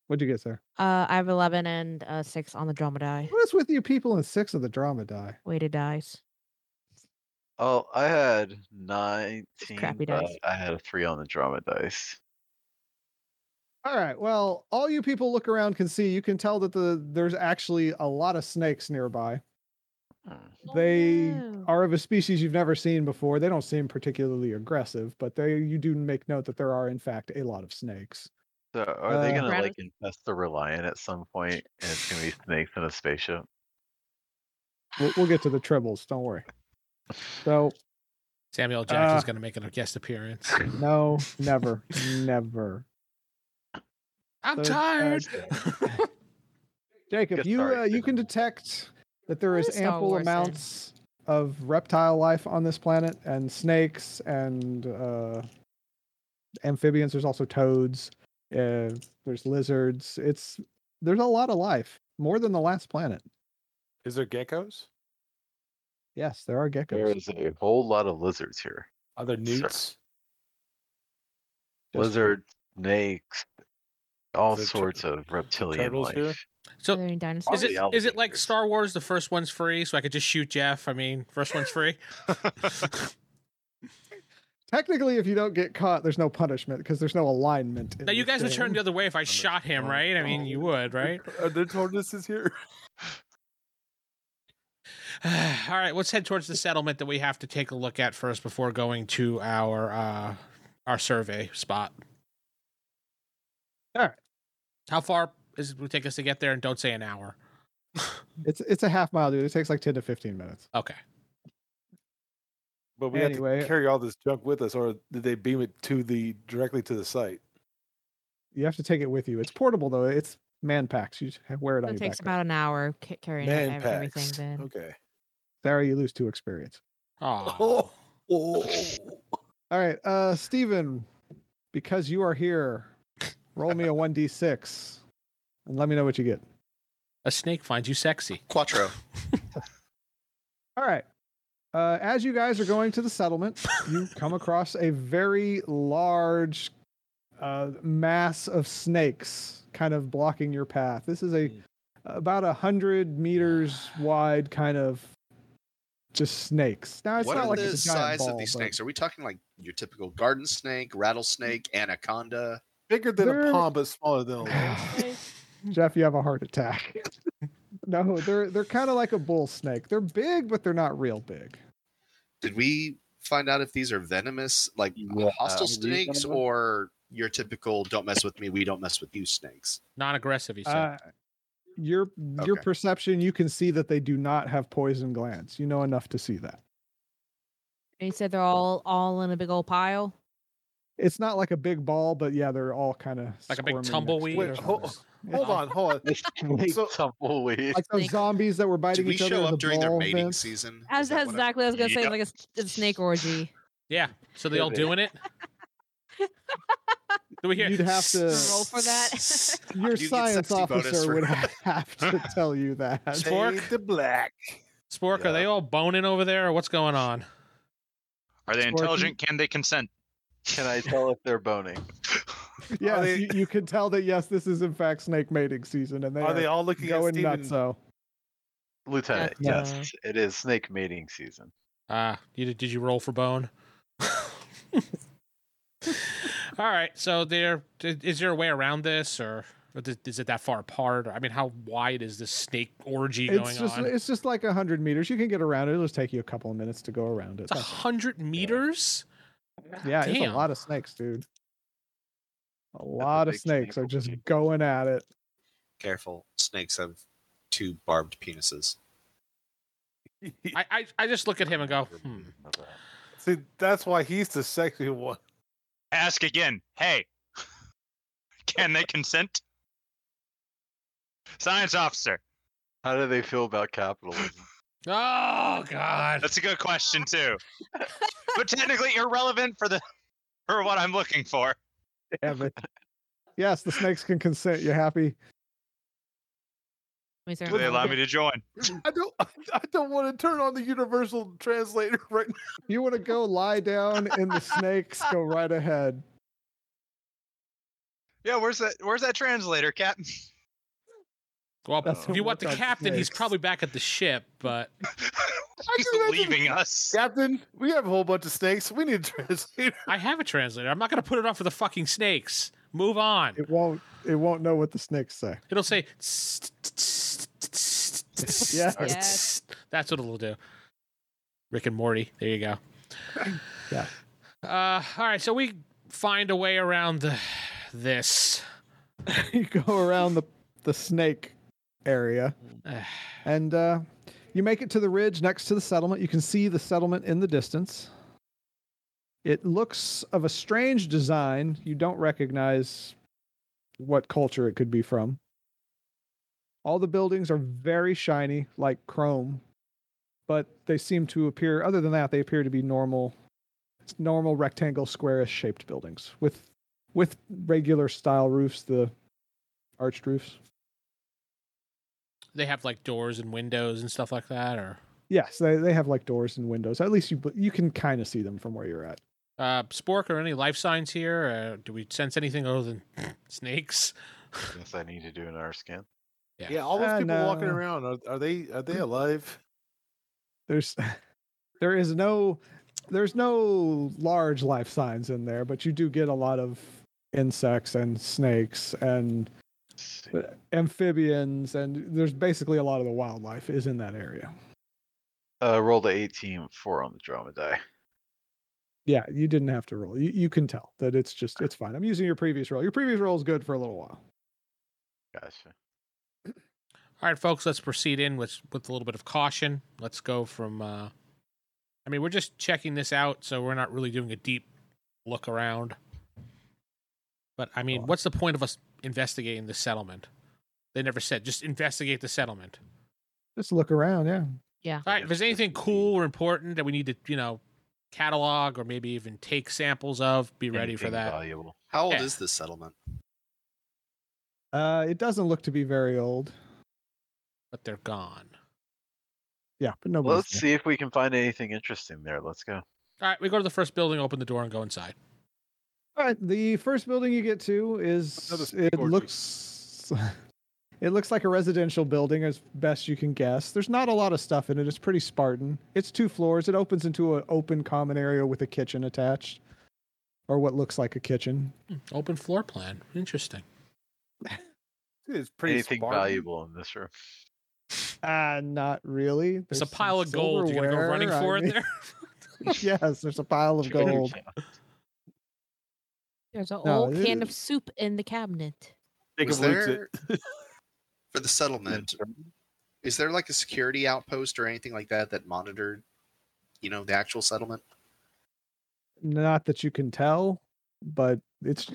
[SPEAKER 1] What'd you get, sir?
[SPEAKER 7] Uh, I have 11 and uh, 6 on the drama die.
[SPEAKER 1] What is with you people in six of the drama die?
[SPEAKER 7] Weighted dice.
[SPEAKER 4] oh, I had nineteen.
[SPEAKER 7] crappy
[SPEAKER 4] but
[SPEAKER 7] dice.
[SPEAKER 4] I had a three on the drama dice.
[SPEAKER 1] All right. Well, all you people look around can see. You can tell that the there's actually a lot of snakes nearby. They
[SPEAKER 7] no.
[SPEAKER 1] are of a species you've never seen before. They don't seem particularly aggressive, but they you do make note that there are in fact a lot of snakes.
[SPEAKER 4] So are they
[SPEAKER 1] Uh,
[SPEAKER 4] gonna
[SPEAKER 7] Rat-
[SPEAKER 4] like infest the Reliant at some point, and it's gonna be snakes in a spaceship?
[SPEAKER 1] We'll, we'll get to the tribbles. Don't worry. So
[SPEAKER 2] Samuel Jackson's
[SPEAKER 1] Uh,
[SPEAKER 2] going to make a guest appearance.
[SPEAKER 1] no, never, never.
[SPEAKER 2] I'm
[SPEAKER 1] So, uh,
[SPEAKER 2] tired.
[SPEAKER 1] Jacob,
[SPEAKER 4] Get
[SPEAKER 1] you
[SPEAKER 4] started,
[SPEAKER 1] uh, you can
[SPEAKER 4] Jacob.
[SPEAKER 1] detect that there
[SPEAKER 7] What
[SPEAKER 1] is
[SPEAKER 7] is Star
[SPEAKER 1] ample
[SPEAKER 7] Wars then?
[SPEAKER 1] amounts of reptile life on this planet, and snakes and uh, amphibians. There's also toads. Uh, there's lizards. It's there's a lot of life, more than the last planet.
[SPEAKER 5] Is there geckos?
[SPEAKER 1] Yes, there are geckos.
[SPEAKER 4] There is a whole lot of lizards here.
[SPEAKER 5] Are there newts?
[SPEAKER 1] Just-
[SPEAKER 4] Lizards, snakes, all
[SPEAKER 5] The tur-
[SPEAKER 4] sorts of reptilian
[SPEAKER 5] turtles
[SPEAKER 4] life.
[SPEAKER 5] here?
[SPEAKER 7] Are there
[SPEAKER 2] So
[SPEAKER 7] any
[SPEAKER 2] is
[SPEAKER 7] dinosaurs?
[SPEAKER 2] it
[SPEAKER 4] Probably
[SPEAKER 2] is it like
[SPEAKER 4] alligators.
[SPEAKER 2] Star Wars? The first one's free, so I could just shoot Jeff. I mean, first one's free.
[SPEAKER 1] Technically, if you don't get caught, there's no punishment because there's no alignment. in
[SPEAKER 2] now you
[SPEAKER 1] this
[SPEAKER 2] guys would turn
[SPEAKER 1] game.
[SPEAKER 2] the other way if I shot him, right? I mean, you
[SPEAKER 1] Oh.
[SPEAKER 2] would, right?
[SPEAKER 5] Are there tortoises here?
[SPEAKER 2] All right, let's head towards the settlement that we have to take a look at first before going to our uh our survey spot.
[SPEAKER 1] All right.
[SPEAKER 2] How far is it would take us to get there? And don't say an hour.
[SPEAKER 1] It's it's a half mile, dude. It takes like ten to fifteen minutes.
[SPEAKER 2] Okay.
[SPEAKER 5] But we have
[SPEAKER 1] Anyway.
[SPEAKER 5] to carry all this junk with us, or did they beam it to the directly to the site?
[SPEAKER 1] You have to take it with you. It's portable though. It's man packs. You just wear it
[SPEAKER 7] So
[SPEAKER 1] on
[SPEAKER 7] it
[SPEAKER 1] your
[SPEAKER 7] takes
[SPEAKER 1] back.
[SPEAKER 7] about an hour ca- carrying out
[SPEAKER 5] Man
[SPEAKER 7] ev- everything.
[SPEAKER 5] packs.
[SPEAKER 7] Then
[SPEAKER 5] Okay.
[SPEAKER 1] Sarah, you lose two experience.
[SPEAKER 2] Oh.
[SPEAKER 5] Oh.
[SPEAKER 1] All right, uh, Steven, because you are here, roll me a one d six, and let me know what you get.
[SPEAKER 2] A snake finds you sexy.
[SPEAKER 6] Quattro.
[SPEAKER 1] All right. Uh, as you guys are going to the settlement, you come across a very large uh, mass of snakes kind of blocking your path. This is a about a hundred meters wide kind of just snakes. Now it's
[SPEAKER 8] what
[SPEAKER 1] not
[SPEAKER 8] are
[SPEAKER 1] like
[SPEAKER 8] the
[SPEAKER 1] it's a giant
[SPEAKER 8] size
[SPEAKER 1] ball,
[SPEAKER 8] of these
[SPEAKER 1] but
[SPEAKER 8] snakes? Are we talking like your typical garden snake, rattlesnake, anaconda?
[SPEAKER 5] Bigger than
[SPEAKER 1] They're-
[SPEAKER 5] a palm, but smaller than a lamb.
[SPEAKER 1] Jeff, you have a heart attack. no, they're they're kind of like a bull snake. They're big, but they're not real big.
[SPEAKER 8] Did we find out if these are venomous, like uh,
[SPEAKER 4] Yeah,
[SPEAKER 8] hostile
[SPEAKER 4] are these
[SPEAKER 8] snakes,
[SPEAKER 4] venomous?
[SPEAKER 8] or your typical "don't mess with me, we don't mess with you" snakes?
[SPEAKER 2] Non aggressive, he said.
[SPEAKER 1] Uh, your your
[SPEAKER 8] Okay.
[SPEAKER 1] perception, you can see that they do not have poison glands. You know enough to see that.
[SPEAKER 7] And you said they're all all in a big old pile.
[SPEAKER 1] It's not like a big ball, but yeah, they're all kind of
[SPEAKER 2] like a big tumbleweed.
[SPEAKER 5] Wait,
[SPEAKER 2] or
[SPEAKER 5] hold-
[SPEAKER 2] something.
[SPEAKER 5] Hold on, hold on.
[SPEAKER 4] Snakes,
[SPEAKER 5] So-
[SPEAKER 4] tumbleweed.
[SPEAKER 1] Like those
[SPEAKER 7] Snake.
[SPEAKER 1] zombies that were
[SPEAKER 8] Did
[SPEAKER 1] biting
[SPEAKER 8] we
[SPEAKER 1] each other.
[SPEAKER 8] show
[SPEAKER 1] with
[SPEAKER 8] up
[SPEAKER 1] the
[SPEAKER 8] during their
[SPEAKER 1] ball
[SPEAKER 8] mating
[SPEAKER 1] vents.
[SPEAKER 8] season?
[SPEAKER 7] As
[SPEAKER 8] Is that
[SPEAKER 7] that's
[SPEAKER 8] what I'm-
[SPEAKER 7] exactly what I was gonna say. Like a, s- a snake orgy.
[SPEAKER 2] Yeah. So they all
[SPEAKER 4] Good.
[SPEAKER 2] doing it? Do we hear
[SPEAKER 1] You'd have to.
[SPEAKER 7] Roll for that.
[SPEAKER 1] Your
[SPEAKER 8] Do you get
[SPEAKER 1] science
[SPEAKER 8] sexy bonus
[SPEAKER 1] officer
[SPEAKER 8] for-
[SPEAKER 1] would have to tell you that.
[SPEAKER 2] Spork?
[SPEAKER 5] Fade to black.
[SPEAKER 2] Spork, are
[SPEAKER 4] Yeah.
[SPEAKER 2] they all boning over there or what's going on?
[SPEAKER 6] Are they
[SPEAKER 1] Scorpion?
[SPEAKER 6] intelligent? Can they consent?
[SPEAKER 4] Can I tell if they're boning?
[SPEAKER 1] Yes,
[SPEAKER 5] they-
[SPEAKER 1] you, you can tell that yes, this is in fact snake mating season, and they
[SPEAKER 5] Are they all looking at
[SPEAKER 1] Oh, going
[SPEAKER 5] Steven?
[SPEAKER 1] nuts. uh, So
[SPEAKER 4] Lieutenant,
[SPEAKER 7] Yeah.
[SPEAKER 4] yes, it is snake mating season.
[SPEAKER 2] Ah, you did, did you roll for bone? all right. So there is there a way around this or or th- is it that far apart? Or, I mean, how wide is this snake orgy
[SPEAKER 1] it's
[SPEAKER 2] going
[SPEAKER 1] just
[SPEAKER 2] on?
[SPEAKER 1] it's just like hundred meters. You can get around it. It'll just take you a couple of minutes to go around it.
[SPEAKER 2] It's a
[SPEAKER 1] That's-
[SPEAKER 2] hundred meters.
[SPEAKER 1] yeah, it's a
[SPEAKER 2] Damn.
[SPEAKER 1] lot of snakes, dude. A lot of
[SPEAKER 4] big
[SPEAKER 1] snakes
[SPEAKER 4] snake
[SPEAKER 1] are just
[SPEAKER 4] orgy.
[SPEAKER 1] going at it.
[SPEAKER 8] Careful, snakes have two barbed penises.
[SPEAKER 2] I, I I just look at him and go, hmm.
[SPEAKER 5] See, that's why he's the sexy one.
[SPEAKER 6] Ask again. Hey, can they consent? Science officer.
[SPEAKER 4] How do they feel about capitalism?
[SPEAKER 2] Oh God.
[SPEAKER 6] That's a good question too. but technically irrelevant for the for what I'm looking for.
[SPEAKER 1] Damn it. yes, the snakes can consent. You happy?
[SPEAKER 7] Let me see
[SPEAKER 6] Do they
[SPEAKER 7] if I
[SPEAKER 6] allow
[SPEAKER 7] can-
[SPEAKER 6] me to join?
[SPEAKER 5] I don't. I don't want to turn on the universal translator right now.
[SPEAKER 1] You want to go lie down in the snakes? Go right ahead.
[SPEAKER 6] Yeah, where's that where's that translator, Captain?
[SPEAKER 2] Well,
[SPEAKER 1] That's
[SPEAKER 2] if you
[SPEAKER 1] what
[SPEAKER 2] want the
[SPEAKER 1] got
[SPEAKER 2] captain, he's
[SPEAKER 1] snakes.
[SPEAKER 2] probably back at the ship, but
[SPEAKER 6] He's leaving us.
[SPEAKER 5] Captain, we have a whole bunch of snakes. We need a translator.
[SPEAKER 2] I have a translator. I'm not going to put it off for the fucking snakes. Move on.
[SPEAKER 1] It won't. It won't know what the snakes say.
[SPEAKER 2] It'll say.
[SPEAKER 1] Yes.
[SPEAKER 7] Yes.
[SPEAKER 2] That's what it'll do. Rick and Morty. There you go.
[SPEAKER 1] Yeah.
[SPEAKER 2] Uh, all right. So we find a way around the, this.
[SPEAKER 1] you go around the the snake area and uh, you make it to the ridge next to the settlement you can see the settlement in the distance it looks of a strange design you don't recognize what culture it could be from all the buildings are very shiny like chrome but they seem to appear other than that they appear to be normal normal rectangle squarish shaped buildings with with regular style roofs the arched roofs
[SPEAKER 2] They have like doors and windows and stuff like that, or
[SPEAKER 1] Yes, they, they have like doors and windows. At least you you can kind of see them from where you're at.
[SPEAKER 2] uh, Spork or any life signs here? Uh, do we sense anything other than snakes?
[SPEAKER 4] Guess I need to do an R scan.
[SPEAKER 2] Yeah.
[SPEAKER 5] Yeah, all those
[SPEAKER 1] Ah,
[SPEAKER 5] people walking
[SPEAKER 1] no.
[SPEAKER 5] around are, are they are they alive?
[SPEAKER 1] There's there is no there's no large life signs in there, but you do get a lot of insects and snakes and
[SPEAKER 4] Let's see.
[SPEAKER 1] Uh, amphibians and there's basically a lot of the wildlife is in that area.
[SPEAKER 4] Uh, roll the 18 four on the dromedary.
[SPEAKER 1] Yeah, you didn't have to roll. You, you can tell that it's just it's fine. I'm using your previous roll. Your previous roll is good for a little while.
[SPEAKER 4] Gotcha.
[SPEAKER 2] All right, folks, let's proceed in with with a little bit of caution. Let's go from. Uh, I mean, we're just checking this out, so we're not really doing a deep look around. But I mean,
[SPEAKER 1] Well-
[SPEAKER 2] what's the point of us investigating the settlement? They never said just investigate the settlement.
[SPEAKER 1] Just look around, yeah.
[SPEAKER 2] All right, if there's anything cool or important that we need to, you know, catalog or maybe even take samples of, be ready for
[SPEAKER 4] Anything
[SPEAKER 2] that.
[SPEAKER 4] Valuable.
[SPEAKER 8] How old
[SPEAKER 2] Yeah.
[SPEAKER 8] is this settlement?
[SPEAKER 1] Uh it doesn't look to be very old.
[SPEAKER 2] But they're gone.
[SPEAKER 1] Yeah, but nobody's
[SPEAKER 4] Let's see if we can find anything interesting there. Let's go.
[SPEAKER 2] All right, we go to the first building, open the door, and go inside.
[SPEAKER 1] All right, the first building you get to
[SPEAKER 5] Another
[SPEAKER 1] is
[SPEAKER 5] snake
[SPEAKER 1] it
[SPEAKER 5] orgy.
[SPEAKER 1] looks it looks like a residential building as best you can guess. There's not a lot of stuff in it. It's pretty spartan. It's two floors. It opens into an open common area with a kitchen attached or what looks like a kitchen.
[SPEAKER 2] Hmm, Open floor plan. Interesting.
[SPEAKER 5] It's pretty
[SPEAKER 4] anything
[SPEAKER 5] Spartan.
[SPEAKER 4] valuable in this room?
[SPEAKER 1] Uh not really.
[SPEAKER 2] It's
[SPEAKER 1] There's
[SPEAKER 2] a
[SPEAKER 1] some
[SPEAKER 2] pile of gold. You're gonna go
[SPEAKER 1] silverware.
[SPEAKER 2] running
[SPEAKER 1] I
[SPEAKER 2] for it
[SPEAKER 1] mean,
[SPEAKER 2] there.
[SPEAKER 1] yes, there's a pile of
[SPEAKER 4] Sure you
[SPEAKER 1] gold.
[SPEAKER 4] can.
[SPEAKER 7] There's an
[SPEAKER 1] No,
[SPEAKER 7] old
[SPEAKER 1] it-
[SPEAKER 7] can of soup in the cabinet.
[SPEAKER 5] Jacob
[SPEAKER 8] Was
[SPEAKER 5] looks
[SPEAKER 8] there-
[SPEAKER 5] it.
[SPEAKER 8] For the settlement, is there like a security outpost or anything like that that monitored, you know, the actual settlement?
[SPEAKER 1] not that you can tell, but it's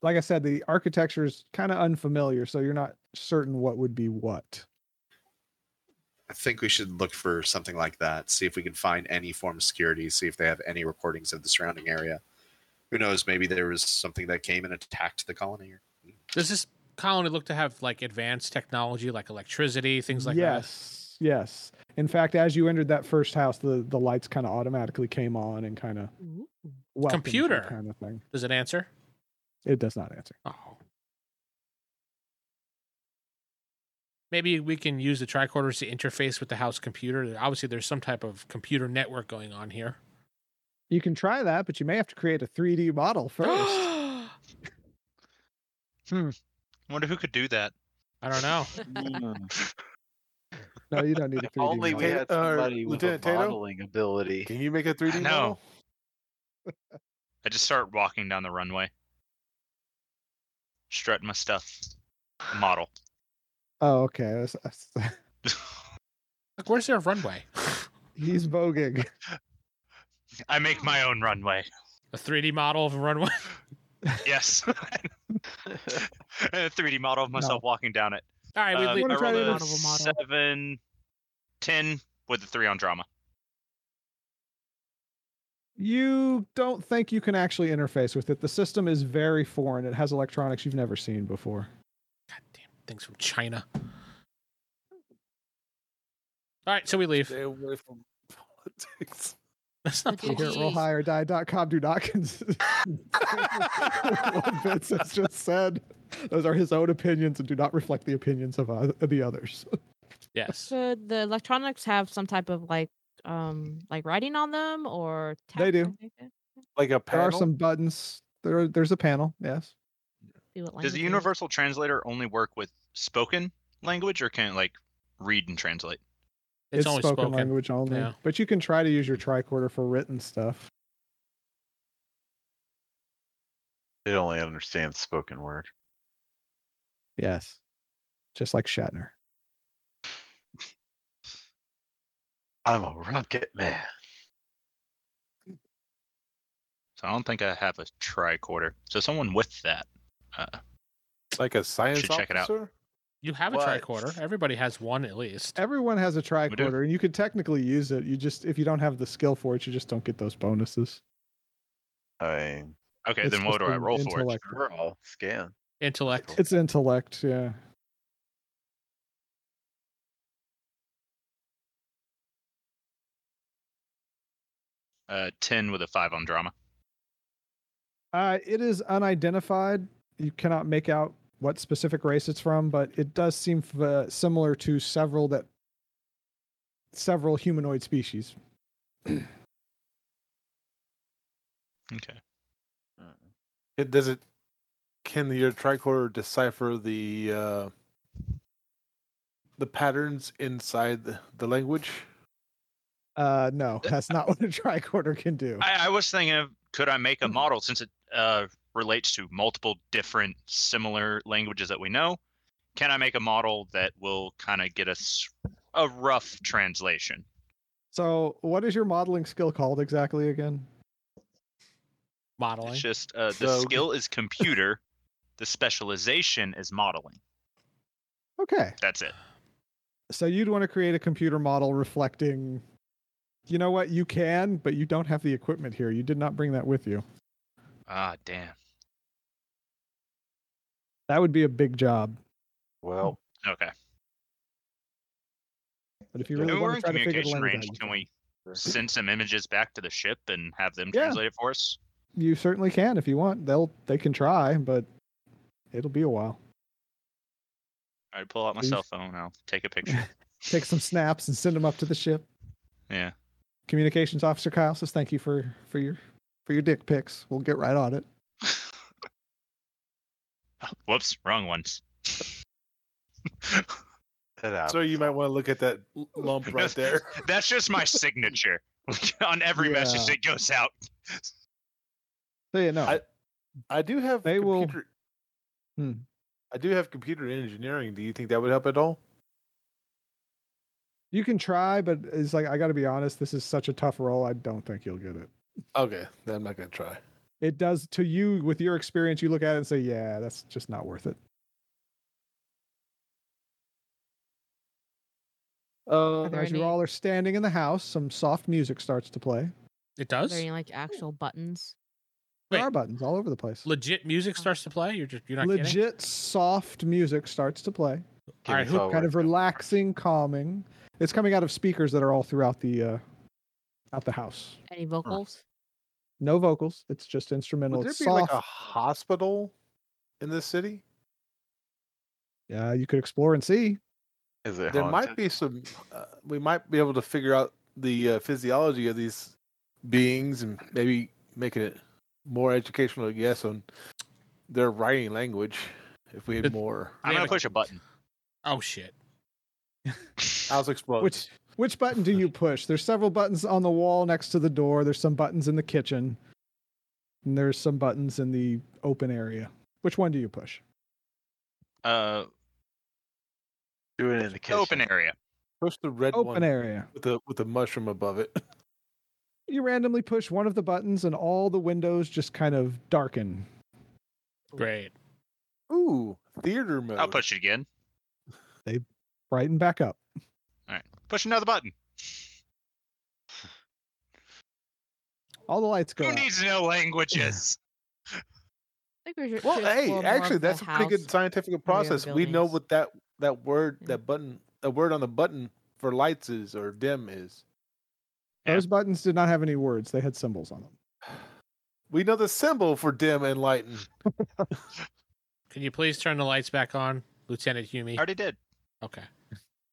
[SPEAKER 1] like I said, the architecture is kind of unfamiliar, so you're not certain what would be what.
[SPEAKER 8] I think we should look for something like that. See if we can find any form of security. See if they have any recordings of the surrounding area. Who knows? Maybe there was something that came and attacked the colony. Or
[SPEAKER 2] Does this colony look to have like advanced technology, like electricity, things like that?
[SPEAKER 1] yes, yes. In fact, as you entered that first house, the the lights kind of automatically came on and kind of
[SPEAKER 7] Ooh.
[SPEAKER 2] Computer.
[SPEAKER 1] kind of thing.
[SPEAKER 2] Does it answer?
[SPEAKER 1] It does not answer.
[SPEAKER 2] Oh. Maybe we can use the tricorders to interface with the house computer. Obviously, there's some type of computer network going on here.
[SPEAKER 1] You can try that, but you may have to create a 3D model first.
[SPEAKER 2] I
[SPEAKER 6] wonder who could do that.
[SPEAKER 2] don't know. Mm,
[SPEAKER 1] no, you don't need a 3D.
[SPEAKER 4] If only we
[SPEAKER 1] model.
[SPEAKER 4] had
[SPEAKER 5] Uh,
[SPEAKER 4] somebody with
[SPEAKER 5] Lieutenant
[SPEAKER 4] a
[SPEAKER 5] Tato?
[SPEAKER 4] modeling ability.
[SPEAKER 5] Can you make a 3D
[SPEAKER 6] know.
[SPEAKER 5] model?
[SPEAKER 6] I just start walking down the runway, strutting my stuff. Model.
[SPEAKER 1] Oh, okay. that's- that's-
[SPEAKER 2] Like, where's their runway?
[SPEAKER 1] He's voguing.
[SPEAKER 6] I make my own runway.
[SPEAKER 2] A 3D model of a runway?
[SPEAKER 6] Yes. a 3D model of myself walking down it.
[SPEAKER 2] All right, we
[SPEAKER 6] Um,
[SPEAKER 2] leave.
[SPEAKER 1] Wanna
[SPEAKER 6] I
[SPEAKER 1] try
[SPEAKER 6] rolled
[SPEAKER 1] the
[SPEAKER 6] a
[SPEAKER 7] Model of a model.
[SPEAKER 6] seven, ten with a three on drama.
[SPEAKER 1] You don't think you can actually interface with it. The system is very foreign. It has electronics you've never seen before.
[SPEAKER 2] Goddamn things from China. All right, so we leave.
[SPEAKER 5] Stay away from politics.
[SPEAKER 2] That's not
[SPEAKER 4] Oh,
[SPEAKER 7] Would you
[SPEAKER 2] political.
[SPEAKER 7] Jeez.
[SPEAKER 1] Here at rollhigherdie.com, do not consider what Vince has just said. Those are his own opinions and do not reflect the opinions of oth- of the others.
[SPEAKER 2] Yes.
[SPEAKER 7] Should the electronics have some type of like um like writing on them or
[SPEAKER 1] They
[SPEAKER 7] text
[SPEAKER 1] do.
[SPEAKER 7] or something like that?
[SPEAKER 5] Like a
[SPEAKER 1] There
[SPEAKER 5] panel.
[SPEAKER 1] are some buttons. There, are- there's a panel. Yes.
[SPEAKER 7] See what
[SPEAKER 6] Does
[SPEAKER 7] language
[SPEAKER 6] the
[SPEAKER 7] it is.
[SPEAKER 6] universal translator only work with spoken language, or can it like read and translate?
[SPEAKER 2] It's,
[SPEAKER 1] It's,
[SPEAKER 2] only
[SPEAKER 1] spoken,
[SPEAKER 2] spoken.
[SPEAKER 1] language only.
[SPEAKER 2] Yeah.
[SPEAKER 1] But you can try to use your tricorder for written stuff.
[SPEAKER 4] It only understands spoken word.
[SPEAKER 1] Yes. Just like Shatner.
[SPEAKER 4] I'm a rocket man.
[SPEAKER 6] So I don't think I have a tricorder. So someone with that.
[SPEAKER 5] Like a science
[SPEAKER 6] Should check it out.
[SPEAKER 5] officer?
[SPEAKER 2] You have a
[SPEAKER 4] What?
[SPEAKER 2] tricorder. Everybody has one at least.
[SPEAKER 1] Everyone has a
[SPEAKER 6] do.
[SPEAKER 1] tricorder, and you could technically use it. You just if you don't have the skill for it, you just don't get those bonuses.
[SPEAKER 4] I mean,
[SPEAKER 6] Okay,
[SPEAKER 1] It's
[SPEAKER 6] then what
[SPEAKER 1] just
[SPEAKER 6] do I
[SPEAKER 1] an
[SPEAKER 6] roll for? It?
[SPEAKER 1] intellect.
[SPEAKER 4] we're all scan.
[SPEAKER 2] Intellect.
[SPEAKER 1] It's intellect, yeah.
[SPEAKER 6] Uh, ten with a five on drama.
[SPEAKER 1] Uh, it is unidentified. You cannot make out what specific race it's from, but it does seem f- uh, similar to several that several humanoid species.
[SPEAKER 6] Okay.
[SPEAKER 5] It does it can the tricorder decipher the uh the patterns inside the, the language?
[SPEAKER 1] Uh, no, that's not what a tricorder can do.
[SPEAKER 6] I, I was thinking of could I make a
[SPEAKER 1] Mm-hmm.
[SPEAKER 6] model since it uh, relates to multiple different similar languages that we know? Can I make a model that will kind of get us a rough translation?
[SPEAKER 1] So, what is your modeling skill called exactly again?
[SPEAKER 2] modeling.
[SPEAKER 6] It's just uh, the
[SPEAKER 5] So-
[SPEAKER 6] skill is computer, the specialization is modeling.
[SPEAKER 1] Okay,
[SPEAKER 6] That's it.
[SPEAKER 1] so you'd want to create a computer model reflecting. You know what? You can, but you don't have the equipment here. You did not bring that with you.
[SPEAKER 6] Ah, damn.
[SPEAKER 1] That would be a big job. Hmm.
[SPEAKER 4] Well,
[SPEAKER 6] Okay.
[SPEAKER 1] But if you
[SPEAKER 4] Yeah,
[SPEAKER 1] really
[SPEAKER 6] And we're
[SPEAKER 1] want
[SPEAKER 6] in
[SPEAKER 1] to try to figure the
[SPEAKER 6] communication
[SPEAKER 1] language,
[SPEAKER 6] range.
[SPEAKER 1] out, you
[SPEAKER 6] Can
[SPEAKER 1] can.
[SPEAKER 6] we send some images back to the ship and have them
[SPEAKER 1] Yeah.
[SPEAKER 6] translate it for us?
[SPEAKER 1] you certainly can if you want. They'll they can try, but it'll be a while.
[SPEAKER 6] All right, pull out my
[SPEAKER 1] Please.
[SPEAKER 6] cell phone. I'll take a picture.
[SPEAKER 1] Take some snaps and send them up to the ship.
[SPEAKER 6] yeah.
[SPEAKER 1] Communications officer Kyle says thank you for for your for your dick pics. We'll get right on it.
[SPEAKER 6] Whoops, wrong ones.
[SPEAKER 4] it
[SPEAKER 5] So you
[SPEAKER 4] happens.
[SPEAKER 5] might want to look at that l- lump right there.
[SPEAKER 6] That's just my signature on every message
[SPEAKER 1] Yeah.
[SPEAKER 6] that goes out.
[SPEAKER 1] So you know,
[SPEAKER 5] I- I do have
[SPEAKER 1] They will-
[SPEAKER 5] computer
[SPEAKER 1] Hmm.
[SPEAKER 5] I do have computer engineering. Do you think that would help at all?
[SPEAKER 1] you can try, but it's like I got to be honest. This is such a tough role. I don't think you'll get it.
[SPEAKER 5] Okay, then I'm not gonna try.
[SPEAKER 1] It does to you with your experience. You look at it and say, yeah, that's just not worth it.
[SPEAKER 5] Uh,
[SPEAKER 7] Are there
[SPEAKER 1] As you
[SPEAKER 7] any-
[SPEAKER 1] all are standing in the house, some soft music starts to play.
[SPEAKER 2] It
[SPEAKER 7] Are
[SPEAKER 2] does.
[SPEAKER 7] there any like actual buttons?
[SPEAKER 1] There
[SPEAKER 2] Wait.
[SPEAKER 1] are buttons all over the place.
[SPEAKER 2] Legit music starts to play. You're just you're not
[SPEAKER 1] Legit
[SPEAKER 2] kidding.
[SPEAKER 1] soft music starts to play.
[SPEAKER 2] All right,
[SPEAKER 4] Give
[SPEAKER 2] who-
[SPEAKER 4] us all
[SPEAKER 1] kind
[SPEAKER 4] we're
[SPEAKER 1] of
[SPEAKER 4] doing.
[SPEAKER 1] relaxing, calming. It's coming out of speakers that are all throughout the uh out the house.
[SPEAKER 7] Any vocals?
[SPEAKER 1] No vocals. It's just instrumental.
[SPEAKER 5] would there
[SPEAKER 1] it's
[SPEAKER 5] be
[SPEAKER 1] soft.
[SPEAKER 5] like a hospital in this city?
[SPEAKER 1] Yeah, you could explore and see.
[SPEAKER 4] Is it
[SPEAKER 5] there might
[SPEAKER 4] haunted?
[SPEAKER 5] be some. Uh, we might be able to figure out the uh, physiology of these beings and maybe making it more educational, I guess, on their writing language. If we had
[SPEAKER 2] It-
[SPEAKER 5] more
[SPEAKER 2] We have
[SPEAKER 6] I'm gonna
[SPEAKER 2] a-
[SPEAKER 6] push a button.
[SPEAKER 2] Oh shit.
[SPEAKER 5] house explodes,
[SPEAKER 1] Which which button do you push? There's several buttons on the wall next to the door. There's some buttons in the kitchen. And there's some buttons in the open area. Which one do you push?
[SPEAKER 6] Uh,
[SPEAKER 4] do it in the kitchen.
[SPEAKER 6] open area.
[SPEAKER 5] push the red
[SPEAKER 1] Open
[SPEAKER 5] one
[SPEAKER 1] area.
[SPEAKER 5] with the with the mushroom above it.
[SPEAKER 1] You randomly push one of the buttons and all the windows just kind of darken.
[SPEAKER 2] Great.
[SPEAKER 5] Ooh, theater mode.
[SPEAKER 6] I'll push it again.
[SPEAKER 1] Brighten back up.
[SPEAKER 6] Push another button.
[SPEAKER 1] All the lights go
[SPEAKER 6] Who
[SPEAKER 1] out.
[SPEAKER 6] needs to know languages?
[SPEAKER 7] I think we should,
[SPEAKER 5] Well,
[SPEAKER 7] should
[SPEAKER 5] hey,
[SPEAKER 7] explore more
[SPEAKER 5] actually,
[SPEAKER 7] of the
[SPEAKER 5] that's a pretty
[SPEAKER 7] house.
[SPEAKER 5] good scientific
[SPEAKER 7] the other
[SPEAKER 5] process. We know
[SPEAKER 7] buildings. Hmm.
[SPEAKER 5] what that that word,
[SPEAKER 7] Yeah.
[SPEAKER 5] that button, a word on the button for lights is or dim is.
[SPEAKER 6] Yeah.
[SPEAKER 1] Those buttons did not have any words. They had symbols on them.
[SPEAKER 5] We know the symbol for dim and lighten.
[SPEAKER 2] Can you please turn the lights back on, Lieutenant
[SPEAKER 6] I
[SPEAKER 2] Hume?
[SPEAKER 6] already did.
[SPEAKER 2] Okay.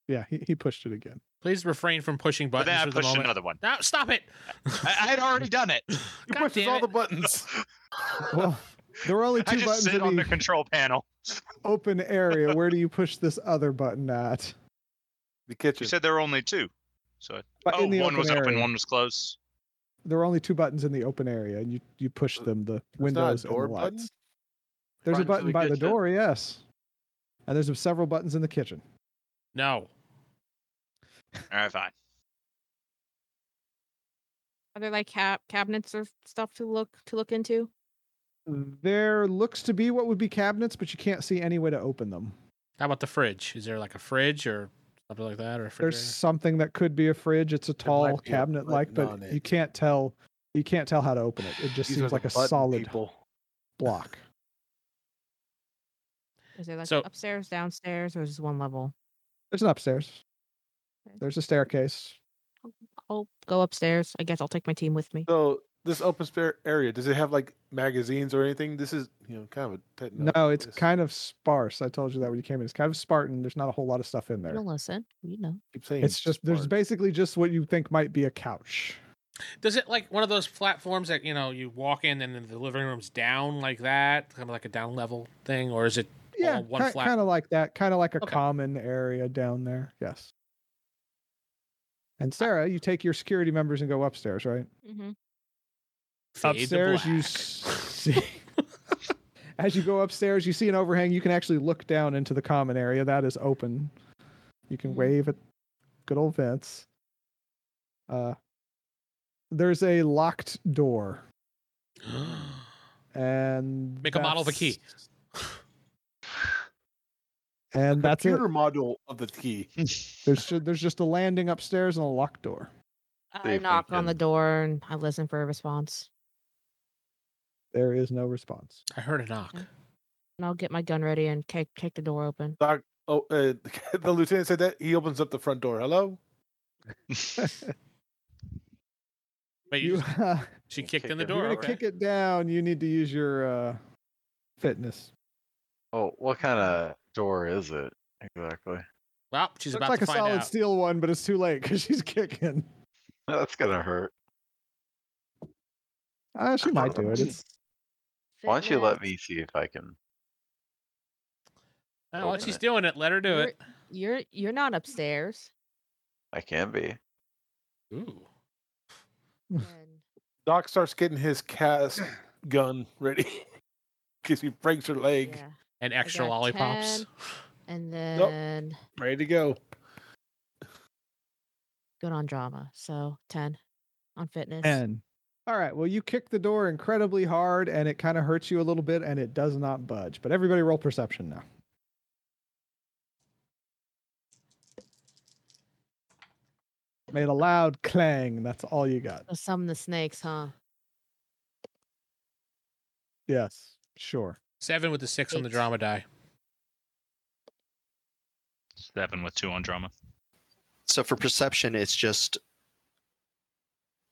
[SPEAKER 1] Yeah, he, he pushed it again.
[SPEAKER 2] Please refrain from pushing
[SPEAKER 6] But
[SPEAKER 2] buttons
[SPEAKER 6] then I
[SPEAKER 2] for the
[SPEAKER 6] pushed
[SPEAKER 2] moment.
[SPEAKER 6] another one.
[SPEAKER 2] No, stop it.
[SPEAKER 6] I, I had already done it.
[SPEAKER 5] He
[SPEAKER 2] God
[SPEAKER 5] pushes
[SPEAKER 2] damn
[SPEAKER 5] all
[SPEAKER 2] it.
[SPEAKER 5] the buttons.
[SPEAKER 1] Well, there were only
[SPEAKER 6] I
[SPEAKER 1] two
[SPEAKER 6] just
[SPEAKER 1] buttons in
[SPEAKER 6] sit on
[SPEAKER 1] the
[SPEAKER 6] the control panel.
[SPEAKER 1] open area. Where do you push this other button at?
[SPEAKER 5] The
[SPEAKER 6] You
[SPEAKER 5] kitchen.
[SPEAKER 6] said there were only two. So
[SPEAKER 1] But
[SPEAKER 6] oh,
[SPEAKER 1] in the
[SPEAKER 6] one was
[SPEAKER 1] area,
[SPEAKER 6] open, one was closed.
[SPEAKER 1] There are only two buttons in the open area, and you you push them. The windows
[SPEAKER 5] door
[SPEAKER 1] and the
[SPEAKER 5] button?
[SPEAKER 1] lights. There's a
[SPEAKER 4] Front to
[SPEAKER 1] button
[SPEAKER 4] the
[SPEAKER 1] by the
[SPEAKER 4] kitchen.
[SPEAKER 1] door, yes. And there's several buttons in the kitchen.
[SPEAKER 2] No.
[SPEAKER 6] All right, fine.
[SPEAKER 7] Are there like cap cabinets or stuff to look to look into?
[SPEAKER 1] There looks to be what would be cabinets, but you can't see any way to open them.
[SPEAKER 2] How about the fridge? Is there like a fridge or something like that, or a
[SPEAKER 1] There's
[SPEAKER 2] refrigerator?
[SPEAKER 1] something that could be a fridge. It's a tall
[SPEAKER 5] might be a
[SPEAKER 1] cabinet like,
[SPEAKER 5] button
[SPEAKER 1] but
[SPEAKER 5] on
[SPEAKER 1] you
[SPEAKER 5] it.
[SPEAKER 1] can't tell you can't tell how to open it. It just
[SPEAKER 5] These are
[SPEAKER 1] seems
[SPEAKER 5] the
[SPEAKER 1] like a
[SPEAKER 5] button
[SPEAKER 1] solid
[SPEAKER 5] people.
[SPEAKER 1] block.
[SPEAKER 7] Is there like
[SPEAKER 2] So-
[SPEAKER 7] upstairs, downstairs, or just one level?
[SPEAKER 1] There's an upstairs.
[SPEAKER 7] Okay.
[SPEAKER 1] There's a staircase.
[SPEAKER 7] I'll go upstairs. I guess I'll take my team with me.
[SPEAKER 5] So this open spare area does it have like magazines or anything? This is you know kind of a pet
[SPEAKER 1] No, it's kind of sparse. I told you that when you came in. It's kind of Spartan. There's not a whole lot of stuff in there.
[SPEAKER 7] Don't listen. You know.
[SPEAKER 5] keep saying
[SPEAKER 1] It's just there's
[SPEAKER 5] smart.
[SPEAKER 1] basically just what you think might be a couch.
[SPEAKER 2] Does it like one of those platforms that you know you walk in and then the living room's down like that, kind of like a down level thing, or is it?
[SPEAKER 1] Yeah,
[SPEAKER 2] All one flat-
[SPEAKER 1] kind of like that. Kind of like a
[SPEAKER 2] Okay.
[SPEAKER 1] common area down there. Yes. And Sarah, you take your security members and go upstairs, right?
[SPEAKER 7] Mm-hmm.
[SPEAKER 2] fade to
[SPEAKER 1] upstairs, you
[SPEAKER 2] black?
[SPEAKER 1] s- see. As you go upstairs, you see an overhang. You can actually look down into the common area that is open. You can
[SPEAKER 2] Hmm.
[SPEAKER 7] Mhm.
[SPEAKER 1] wave at good old Vince. Uh, there's a locked door, and
[SPEAKER 2] Make a model of a
[SPEAKER 1] that's-
[SPEAKER 2] key.
[SPEAKER 1] And that's it.
[SPEAKER 5] computer model of the key.
[SPEAKER 1] There's ju- there's just a landing upstairs and a locked door.
[SPEAKER 4] See
[SPEAKER 7] I
[SPEAKER 4] if we
[SPEAKER 7] knock on the
[SPEAKER 4] can-
[SPEAKER 7] door and I listen for a response.
[SPEAKER 1] There is no response.
[SPEAKER 2] I heard a knock.
[SPEAKER 7] Okay. And I'll get my gun ready and kick kick the door open.
[SPEAKER 5] Doc, oh, uh, the lieutenant said that he opens up the front door. Hello.
[SPEAKER 2] Wait, you,
[SPEAKER 1] You, uh,
[SPEAKER 2] she
[SPEAKER 4] You
[SPEAKER 2] kicked
[SPEAKER 4] kick
[SPEAKER 2] in the
[SPEAKER 4] her.
[SPEAKER 1] you're
[SPEAKER 2] door.
[SPEAKER 1] gonna
[SPEAKER 2] okay.
[SPEAKER 1] kick it down. You need to use your uh, fitness.
[SPEAKER 4] Oh, what kind of door is it exactly?
[SPEAKER 2] Well, she's
[SPEAKER 1] Looks
[SPEAKER 2] about
[SPEAKER 1] like
[SPEAKER 2] to
[SPEAKER 1] a
[SPEAKER 2] find
[SPEAKER 1] solid
[SPEAKER 2] out.
[SPEAKER 1] steel one, but it's too late because she's kicking.
[SPEAKER 4] That's gonna hurt.
[SPEAKER 1] Uh, she might do it. It's
[SPEAKER 4] Why don't you let me see if I can?
[SPEAKER 2] Oh, well,
[SPEAKER 4] Open
[SPEAKER 2] she's
[SPEAKER 4] it.
[SPEAKER 2] doing it. Let her do
[SPEAKER 7] You're-
[SPEAKER 2] it.
[SPEAKER 7] You're you're not upstairs.
[SPEAKER 4] I can be.
[SPEAKER 2] Ooh.
[SPEAKER 7] Then
[SPEAKER 5] Doc starts getting his cast gun ready because he breaks her leg.
[SPEAKER 7] yeah.
[SPEAKER 2] And extra
[SPEAKER 7] got
[SPEAKER 2] lollipops.
[SPEAKER 7] 10. And then
[SPEAKER 5] Ready to go.
[SPEAKER 7] good on drama. So ten on fitness.
[SPEAKER 1] ten. All right. Well, you kick the door incredibly hard, and it kind of hurts you a little bit, and it does not budge. But everybody, roll perception now. Made a loud clang. That's all you got.
[SPEAKER 7] So summon the snakes, huh?
[SPEAKER 1] Yes. Sure.
[SPEAKER 2] Seven with the six on the
[SPEAKER 7] Eight.
[SPEAKER 2] drama die.
[SPEAKER 6] Seven with two on drama.
[SPEAKER 8] So for perception, it's just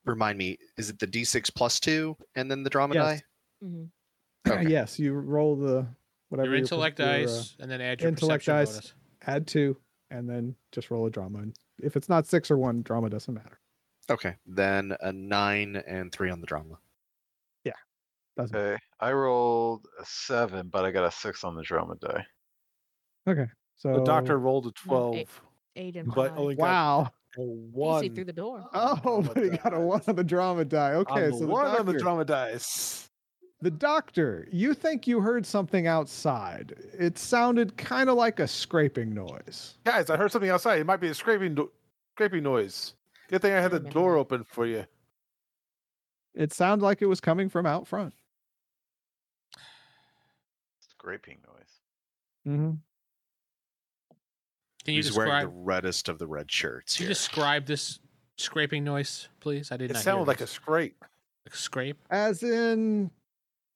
[SPEAKER 8] remind me, is it the D6 plus two and then the drama
[SPEAKER 1] Yes.
[SPEAKER 7] hmm
[SPEAKER 8] die? Okay.
[SPEAKER 1] Yes. You roll the whatever
[SPEAKER 2] Your
[SPEAKER 1] your per-
[SPEAKER 2] intellect
[SPEAKER 1] your, uh,
[SPEAKER 2] dice, and then add your
[SPEAKER 1] intellect
[SPEAKER 2] perception
[SPEAKER 1] dice.
[SPEAKER 2] bonus.
[SPEAKER 1] add two, and then just roll a drama. And if it's not six or one, drama doesn't matter.
[SPEAKER 8] Okay. Then a nine and three on the drama.
[SPEAKER 5] Mm-hmm.
[SPEAKER 1] Doesn't.
[SPEAKER 4] Okay. I rolled a seven, but I got a six on the drama die.
[SPEAKER 1] So
[SPEAKER 5] The doctor rolled a twelve,
[SPEAKER 7] eight. Eight and
[SPEAKER 5] but
[SPEAKER 7] five.
[SPEAKER 5] only got
[SPEAKER 1] Wow.
[SPEAKER 5] a
[SPEAKER 7] You
[SPEAKER 5] one.
[SPEAKER 7] see through the door.
[SPEAKER 1] Oh,
[SPEAKER 5] drama
[SPEAKER 1] but he got a
[SPEAKER 5] die.
[SPEAKER 1] one on the drama die.
[SPEAKER 5] on
[SPEAKER 1] Okay,
[SPEAKER 5] the
[SPEAKER 1] so the
[SPEAKER 5] one
[SPEAKER 1] doctor,
[SPEAKER 5] on the drama dice.
[SPEAKER 1] the doctor, you think you heard something outside. It sounded kind of like a scraping noise.
[SPEAKER 5] Guys, I heard something outside. It might be a scraping, do- scraping noise. Good thing I had the
[SPEAKER 7] Wait a
[SPEAKER 5] door
[SPEAKER 7] minute.
[SPEAKER 5] open for you.
[SPEAKER 1] It sounded like it was coming from out front.
[SPEAKER 4] Scraping noise.
[SPEAKER 1] Mm-hmm.
[SPEAKER 2] Can you
[SPEAKER 8] He's wearing
[SPEAKER 2] describe?
[SPEAKER 8] the reddest of the red shirts
[SPEAKER 2] Can you
[SPEAKER 8] here.
[SPEAKER 2] describe this scraping noise, please? I did
[SPEAKER 5] It
[SPEAKER 2] not.
[SPEAKER 5] sounded
[SPEAKER 2] hear
[SPEAKER 5] like a
[SPEAKER 2] this.
[SPEAKER 5] scrape.
[SPEAKER 2] a scrape.
[SPEAKER 1] As in,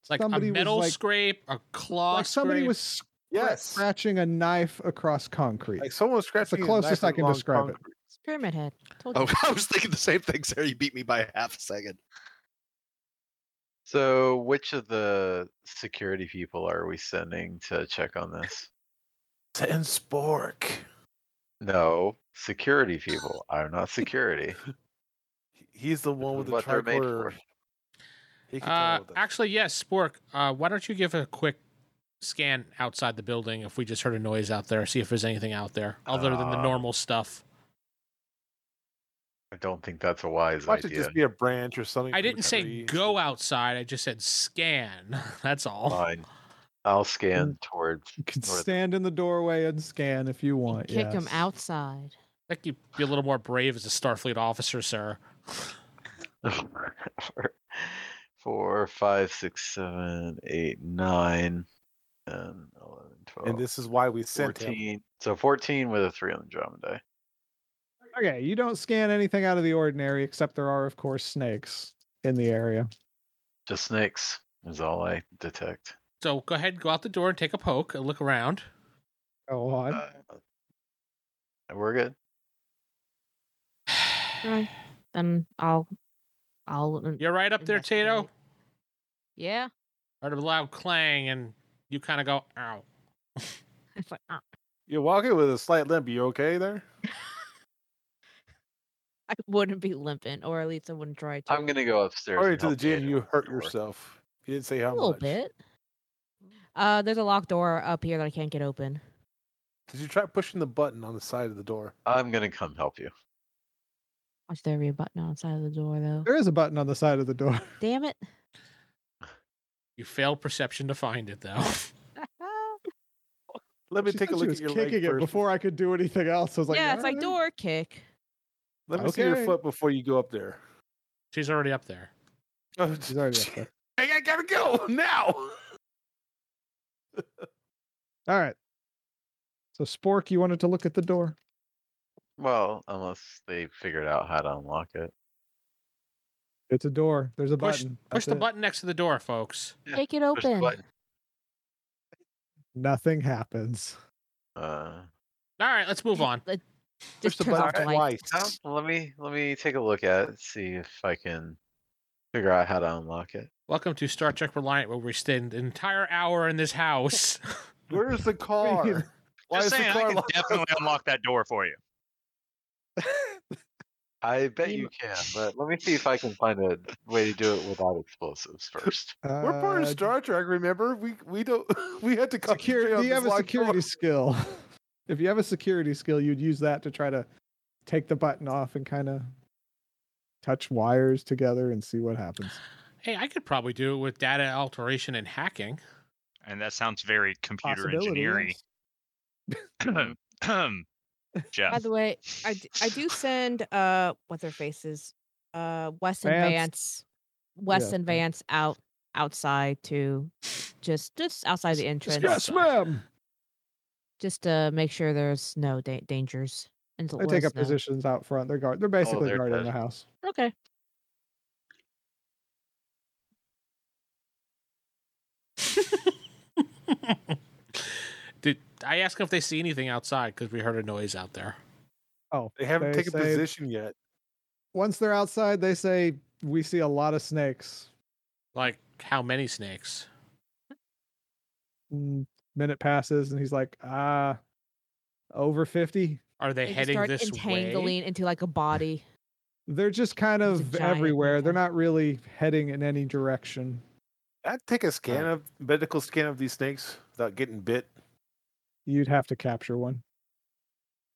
[SPEAKER 2] It's like
[SPEAKER 1] Somebody
[SPEAKER 2] a
[SPEAKER 1] was,
[SPEAKER 2] metal
[SPEAKER 1] like-
[SPEAKER 2] scrape, a claw
[SPEAKER 1] like somebody
[SPEAKER 2] scrape.
[SPEAKER 1] was scra-
[SPEAKER 5] Yes,
[SPEAKER 1] scratching a knife across concrete.
[SPEAKER 5] like someone was
[SPEAKER 1] the
[SPEAKER 5] scratching. a
[SPEAKER 1] closest
[SPEAKER 5] knife
[SPEAKER 1] I
[SPEAKER 5] in
[SPEAKER 1] can
[SPEAKER 5] long
[SPEAKER 1] describe it.
[SPEAKER 5] concrete.
[SPEAKER 7] It's Pyramid head. Told
[SPEAKER 8] Oh,
[SPEAKER 7] you.
[SPEAKER 8] I was thinking the same thing, Sarah. You beat me by half a second.
[SPEAKER 4] So, which of the security people are we sending to check on this?
[SPEAKER 5] Send Spork.
[SPEAKER 4] No, security people. I'm not security.
[SPEAKER 5] He's the one with the
[SPEAKER 4] What they're made for.
[SPEAKER 5] tricorder. He can
[SPEAKER 2] Uh,
[SPEAKER 5] deal with us.
[SPEAKER 2] actually, yes, Spork. Uh, why don't you give a quick scan outside the building if we just heard a
[SPEAKER 1] Uh,
[SPEAKER 2] noise out there, see if there's anything out there other than the
[SPEAKER 4] Um,
[SPEAKER 2] normal stuff.
[SPEAKER 4] I don't think that's a wise
[SPEAKER 5] Why don't it
[SPEAKER 4] idea.
[SPEAKER 5] just be a branch or something?
[SPEAKER 2] I
[SPEAKER 5] from a
[SPEAKER 2] didn't say
[SPEAKER 5] tree?
[SPEAKER 2] go outside. I just said scan. That's all.
[SPEAKER 4] Fine. I'll scan towards.
[SPEAKER 1] You can
[SPEAKER 4] north.
[SPEAKER 1] stand in the doorway and scan if you want.
[SPEAKER 7] Kick him
[SPEAKER 1] yes.
[SPEAKER 7] outside.
[SPEAKER 2] That could be a little more brave as a Starfleet officer, sir.
[SPEAKER 4] Four, five, six, seven, eight, nine, 10, 11, 12,
[SPEAKER 5] And this is why we sent him.
[SPEAKER 4] 14. So 14 with a 3 on the Drama die.
[SPEAKER 1] Okay, you don't scan anything out of the ordinary, except there are, of course, snakes in the area.
[SPEAKER 4] Just snakes is all I detect.
[SPEAKER 2] So go ahead, go out the door and take a poke and look around.
[SPEAKER 1] Go on.
[SPEAKER 4] Uh, we're good.
[SPEAKER 7] Right. Then I'll, I'll. uh,
[SPEAKER 2] You're right up there, Tato.
[SPEAKER 7] investigate. Yeah.
[SPEAKER 2] Heard a loud clang, and you kind of go, ow.
[SPEAKER 7] It's like, "Ah."
[SPEAKER 5] You're walking with a slight limp. You okay there?
[SPEAKER 7] I wouldn't be limping, or at least I wouldn't try to.
[SPEAKER 4] I'm going to go upstairs.
[SPEAKER 5] According
[SPEAKER 4] and
[SPEAKER 5] to the
[SPEAKER 4] help
[SPEAKER 5] gym,
[SPEAKER 4] Tato
[SPEAKER 5] you
[SPEAKER 4] with
[SPEAKER 5] hurt
[SPEAKER 4] the door.
[SPEAKER 5] yourself. You didn't say how
[SPEAKER 7] a little
[SPEAKER 5] much.
[SPEAKER 7] bit. Uh, there's a locked door up here that I can't get open.
[SPEAKER 5] Did you try pushing the button on the side of the door?
[SPEAKER 4] I'm going to come help you.
[SPEAKER 7] Watch there be a button outside of the door though.
[SPEAKER 1] There is a button on the side of the door.
[SPEAKER 7] Damn it!
[SPEAKER 2] You failed perception to find it, though.
[SPEAKER 5] Let me
[SPEAKER 1] She
[SPEAKER 5] take a
[SPEAKER 1] said
[SPEAKER 5] look
[SPEAKER 1] she
[SPEAKER 5] at
[SPEAKER 1] was
[SPEAKER 5] your leg
[SPEAKER 1] kicking it
[SPEAKER 5] first.
[SPEAKER 1] before I could do anything else. I was like,
[SPEAKER 7] yeah, it's like
[SPEAKER 1] "Alright."
[SPEAKER 7] door kick.
[SPEAKER 5] Let me see your
[SPEAKER 1] Okay.
[SPEAKER 5] foot before you go up there.
[SPEAKER 2] She's already up there.
[SPEAKER 5] Oh,
[SPEAKER 1] She's already up there.
[SPEAKER 5] I, I gotta go now.
[SPEAKER 1] All right. So Spork, you wanted to look at the door.
[SPEAKER 4] Well, unless they figured out how to unlock it.
[SPEAKER 1] It's a door. There's a
[SPEAKER 2] Push-
[SPEAKER 1] button. That's
[SPEAKER 2] Push the
[SPEAKER 1] it.
[SPEAKER 2] button next to the door, folks.
[SPEAKER 4] Yeah,
[SPEAKER 7] Shake it
[SPEAKER 4] push the
[SPEAKER 7] open.
[SPEAKER 4] button.
[SPEAKER 1] Nothing happens.
[SPEAKER 4] Uh,
[SPEAKER 2] All right, let's move
[SPEAKER 7] Yeah,
[SPEAKER 2] on.
[SPEAKER 7] let-
[SPEAKER 5] Push
[SPEAKER 7] Just
[SPEAKER 5] the
[SPEAKER 7] turn off the
[SPEAKER 5] button
[SPEAKER 7] light.
[SPEAKER 5] twice.
[SPEAKER 4] well, let me let me take a look at it, see if I can figure out how to unlock it.
[SPEAKER 2] Welcome to Star Trek Reliant, where we spend an entire hour in this house.
[SPEAKER 5] Where's the car? Why
[SPEAKER 6] Just
[SPEAKER 5] is
[SPEAKER 6] saying,
[SPEAKER 5] the
[SPEAKER 6] I
[SPEAKER 5] car
[SPEAKER 6] can
[SPEAKER 5] locked?
[SPEAKER 6] definitely unlock that door for you.
[SPEAKER 4] I bet
[SPEAKER 7] You-
[SPEAKER 4] you can, but let me see if I can find a way to do it without explosives first.
[SPEAKER 5] We're part of
[SPEAKER 1] Uh,
[SPEAKER 5] Star Trek. Remember, we we don't we had to
[SPEAKER 1] Security.
[SPEAKER 5] concentrate on
[SPEAKER 1] Do you
[SPEAKER 5] this
[SPEAKER 1] have a
[SPEAKER 5] locked door.
[SPEAKER 1] security skill? if you have a security skill, you'd use that to try to take the button off and kind of touch wires together and see what happens.
[SPEAKER 2] hey, I could probably do it with data alteration and hacking.
[SPEAKER 6] And that sounds very computer
[SPEAKER 1] Possibility,
[SPEAKER 6] engineering.
[SPEAKER 1] yes.
[SPEAKER 7] By
[SPEAKER 2] Mm-hmm.
[SPEAKER 6] Jeff.
[SPEAKER 7] the way, I, d- I do send uh what's their faces uh Wes and Vance
[SPEAKER 1] Vance.
[SPEAKER 7] Wes
[SPEAKER 1] Yeah,
[SPEAKER 7] and
[SPEAKER 1] Vance.
[SPEAKER 7] Vance out outside to just just outside the entrance
[SPEAKER 1] Yes, ma'am.
[SPEAKER 7] just to make sure there's no da- dangers and to
[SPEAKER 1] They
[SPEAKER 7] let
[SPEAKER 1] take
[SPEAKER 7] us
[SPEAKER 1] up
[SPEAKER 7] know.
[SPEAKER 1] positions out front. They're
[SPEAKER 6] Oh,
[SPEAKER 1] guard. They're basically
[SPEAKER 4] they're
[SPEAKER 1] guarding the
[SPEAKER 4] good.
[SPEAKER 1] house.
[SPEAKER 7] Okay.
[SPEAKER 2] Did I ask if they see anything outside because we heard a noise out there?
[SPEAKER 1] Oh,
[SPEAKER 5] They haven't
[SPEAKER 1] They
[SPEAKER 5] taken
[SPEAKER 1] say-
[SPEAKER 5] position yet.
[SPEAKER 1] once they're outside, they say we see a lot of snakes.
[SPEAKER 2] Like how many snakes?
[SPEAKER 1] Mm, Minute passes, and he's like, ah, over fifty.
[SPEAKER 2] Are they,
[SPEAKER 7] They just
[SPEAKER 2] heading
[SPEAKER 7] start
[SPEAKER 2] this
[SPEAKER 7] entangling
[SPEAKER 2] way?
[SPEAKER 7] into like a body.
[SPEAKER 1] They're just kind
[SPEAKER 7] It's a
[SPEAKER 1] of
[SPEAKER 7] giant
[SPEAKER 1] everywhere. They're
[SPEAKER 7] needle.
[SPEAKER 1] not really heading in any direction.
[SPEAKER 5] I'd take a scan
[SPEAKER 1] Uh.
[SPEAKER 5] of medical scan of these snakes without getting bit.
[SPEAKER 1] You'd have to capture one.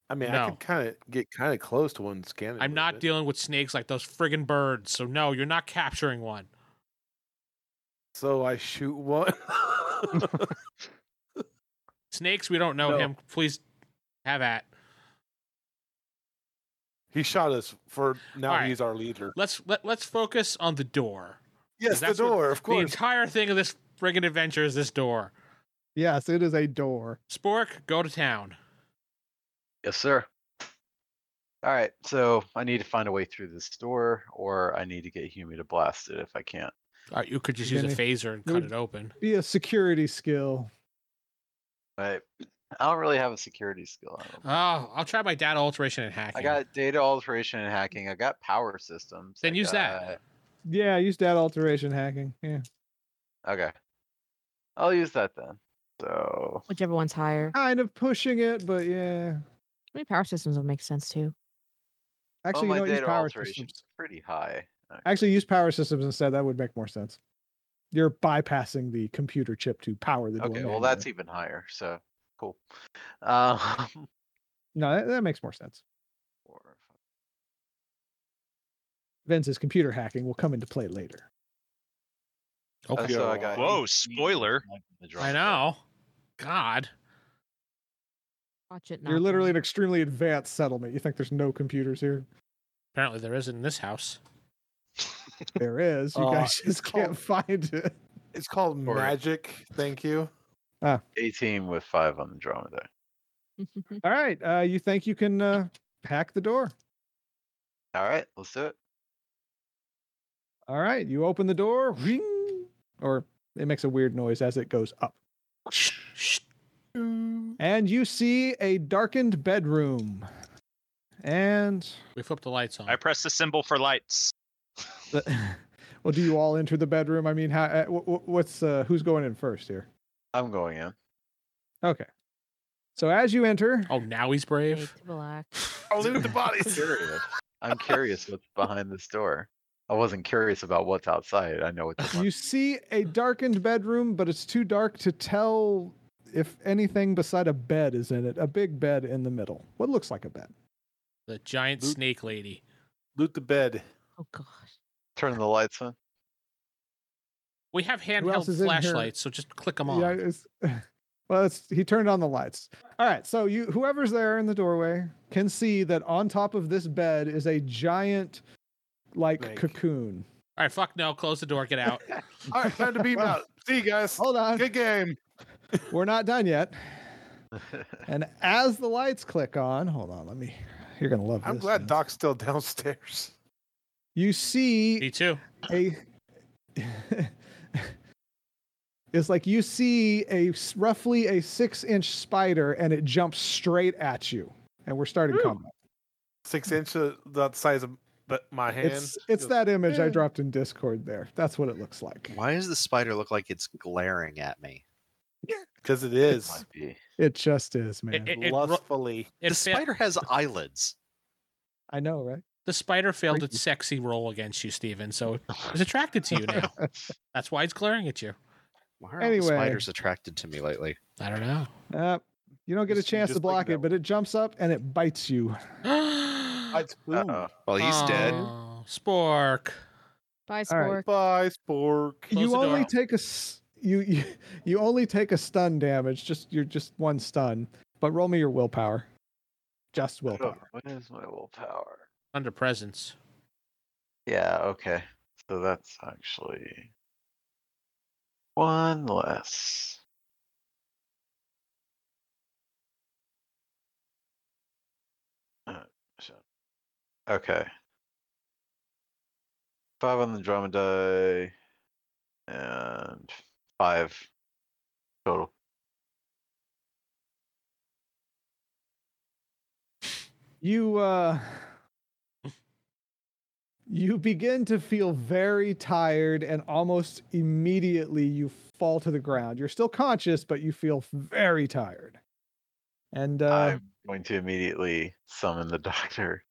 [SPEAKER 5] I mean, I
[SPEAKER 2] No.
[SPEAKER 5] could kind of get kind of close to one scanning.
[SPEAKER 2] I'm
[SPEAKER 5] with
[SPEAKER 2] not
[SPEAKER 5] it.
[SPEAKER 2] dealing with snakes like those friggin' birds, so no, you're not capturing one.
[SPEAKER 5] So I shoot one.
[SPEAKER 2] Snakes, we don't know
[SPEAKER 5] No.
[SPEAKER 2] him. Please have at.
[SPEAKER 5] he shot us for now.
[SPEAKER 2] All right.
[SPEAKER 5] He's our leader.
[SPEAKER 2] Let's let, let's focus on the door.
[SPEAKER 5] Yes, the
[SPEAKER 2] that's what-
[SPEAKER 5] door, of
[SPEAKER 2] The
[SPEAKER 5] course.
[SPEAKER 2] entire thing of this friggin' adventure is this door.
[SPEAKER 1] Yes, it is a door.
[SPEAKER 2] Spork, go to town.
[SPEAKER 4] Yes, sir. All right, so I need to find a way through this door, or I need to get Humi to blast it if I can't.
[SPEAKER 2] All right, you could just use a
[SPEAKER 1] Jenny,
[SPEAKER 2] phaser and
[SPEAKER 1] you
[SPEAKER 2] cut
[SPEAKER 1] would-
[SPEAKER 2] it open.
[SPEAKER 1] Be a security skill.
[SPEAKER 4] Right. I don't really have a security skill. I don't
[SPEAKER 2] Oh, I'll try my data alteration and hacking.
[SPEAKER 4] I got data alteration and hacking. I got power systems.
[SPEAKER 2] Then
[SPEAKER 4] I
[SPEAKER 2] use that.
[SPEAKER 1] Yeah, use data alteration hacking. Yeah.
[SPEAKER 4] got- Okay. I'll use that then. So
[SPEAKER 7] Whichever one's higher.
[SPEAKER 1] Kind of pushing it, but yeah.
[SPEAKER 7] Maybe power systems would make sense too.
[SPEAKER 1] Actually,
[SPEAKER 4] all
[SPEAKER 1] you
[SPEAKER 4] oh, my
[SPEAKER 1] don't use
[SPEAKER 4] data
[SPEAKER 1] power
[SPEAKER 4] alteration's
[SPEAKER 1] systems.
[SPEAKER 4] pretty high. Okay.
[SPEAKER 1] Actually, use power systems instead. That would make more sense. You're bypassing the computer chip to power the door.
[SPEAKER 4] okay, well
[SPEAKER 1] manually.
[SPEAKER 4] that's even higher. So cool. Um,
[SPEAKER 1] no, that, that makes more sense.
[SPEAKER 4] four, five.
[SPEAKER 1] Vince's computer hacking will come into play later.
[SPEAKER 4] That's how I got
[SPEAKER 6] Whoa,
[SPEAKER 4] eight
[SPEAKER 6] spoiler.
[SPEAKER 4] in the drop
[SPEAKER 2] I
[SPEAKER 4] there.
[SPEAKER 2] know. God.
[SPEAKER 7] Watch it.
[SPEAKER 1] You're
[SPEAKER 7] not
[SPEAKER 1] literally
[SPEAKER 7] me.
[SPEAKER 1] an extremely advanced settlement. You think there's no computers here?
[SPEAKER 2] Apparently there isn't in this house.
[SPEAKER 1] There is. You
[SPEAKER 5] Uh,
[SPEAKER 1] guys just can't
[SPEAKER 5] called-
[SPEAKER 1] find it.
[SPEAKER 5] It's called
[SPEAKER 3] Or-
[SPEAKER 5] magic. Thank you.
[SPEAKER 4] 18 with five on the dromedary.
[SPEAKER 1] All right. Uh, you think you can uh, hack the door?
[SPEAKER 4] All right, let's do it.
[SPEAKER 1] All right. You open the door. Whing, or it makes a weird noise as it goes up. And you see a darkened bedroom. And
[SPEAKER 2] We flipped the lights on.
[SPEAKER 6] I press the symbol for lights.
[SPEAKER 1] the, well, do you all enter the bedroom? I mean, how? Uh, wh- wh- what's uh, who's going in first here?
[SPEAKER 4] I'm going in.
[SPEAKER 1] Okay. So as you enter,
[SPEAKER 2] oh, now he's brave.
[SPEAKER 7] Fade to black.
[SPEAKER 5] I'll leave the bodies.
[SPEAKER 4] Curious. I'm curious what's behind this door. I wasn't curious about what's outside. I know what the
[SPEAKER 1] you see a darkened bedroom, but it's too dark to tell if anything beside a bed is in it. A big bed in the middle. What looks like a bed.
[SPEAKER 2] The giant
[SPEAKER 5] Luke.
[SPEAKER 2] snake lady.
[SPEAKER 5] Loot the bed.
[SPEAKER 7] Oh gosh.
[SPEAKER 4] turn the lights on.
[SPEAKER 2] We have handheld
[SPEAKER 1] else is in here?
[SPEAKER 2] flashlights, so just click them on.
[SPEAKER 1] Yeah, it's, well, it's, he turned on the lights. All right, so you, whoever's there in the doorway, can see that on top of this bed is a giant, like
[SPEAKER 5] Snake.
[SPEAKER 1] cocoon.
[SPEAKER 2] All right, fuck no. Close the door. Get out.
[SPEAKER 5] All right, time to beam out. See you guys.
[SPEAKER 1] Hold on,
[SPEAKER 5] Good game.
[SPEAKER 1] we're not done yet. And as the lights click on, hold on, let me. You're gonna love
[SPEAKER 5] I'm
[SPEAKER 1] this.
[SPEAKER 5] glad
[SPEAKER 1] Vince.
[SPEAKER 5] Doc's still downstairs.
[SPEAKER 1] You
[SPEAKER 2] Me
[SPEAKER 1] see
[SPEAKER 2] too.
[SPEAKER 1] a. it's like you see a s- roughly a six-inch spider, and it jumps straight at you, and we're starting combat.
[SPEAKER 5] Six inch, uh, the size of but my hand.
[SPEAKER 1] It's it's that image I dropped in Discord there. That's what it looks like.
[SPEAKER 8] Why does the spider look like it's glaring at me?
[SPEAKER 5] because it is
[SPEAKER 4] Might be.
[SPEAKER 1] It just is, man.
[SPEAKER 2] It- it ro-
[SPEAKER 5] lustfully.
[SPEAKER 2] It
[SPEAKER 8] the
[SPEAKER 2] fail-
[SPEAKER 8] spider has eyelids.
[SPEAKER 1] I know, right?
[SPEAKER 2] the spider failed its sexy role against you, Steven, so it's attracted to you now. That's why it's glaring at you.
[SPEAKER 8] Why are all
[SPEAKER 1] Anyway.
[SPEAKER 8] the spiders attracted to me lately?
[SPEAKER 2] I don't know.
[SPEAKER 1] Uh, you don't get a
[SPEAKER 5] Just- you
[SPEAKER 1] chance to
[SPEAKER 5] just like
[SPEAKER 1] block
[SPEAKER 5] that
[SPEAKER 1] it, but it jumps up and it bites you.
[SPEAKER 5] I, ooh,
[SPEAKER 4] Uh-oh.
[SPEAKER 8] Well, he's dead.
[SPEAKER 2] Oh, Spork.
[SPEAKER 7] Bye,
[SPEAKER 1] All right.
[SPEAKER 7] Spork.
[SPEAKER 5] Bye, Spork.
[SPEAKER 2] Close
[SPEAKER 1] you
[SPEAKER 2] the
[SPEAKER 1] only
[SPEAKER 2] door.
[SPEAKER 1] take a s- you, you you only take a stun damage. Just you're just one stun. But roll me your willpower. Just willpower.
[SPEAKER 4] What is my willpower?
[SPEAKER 2] Under presence.
[SPEAKER 4] Yeah, okay. So that's actually one less. Uh, so- Okay. Five on the dromedary and five total.
[SPEAKER 1] You uh you begin to feel very tired and almost immediately you fall to the ground. You're still conscious, but you feel very tired. And uh
[SPEAKER 4] I'm going to immediately summon the doctor.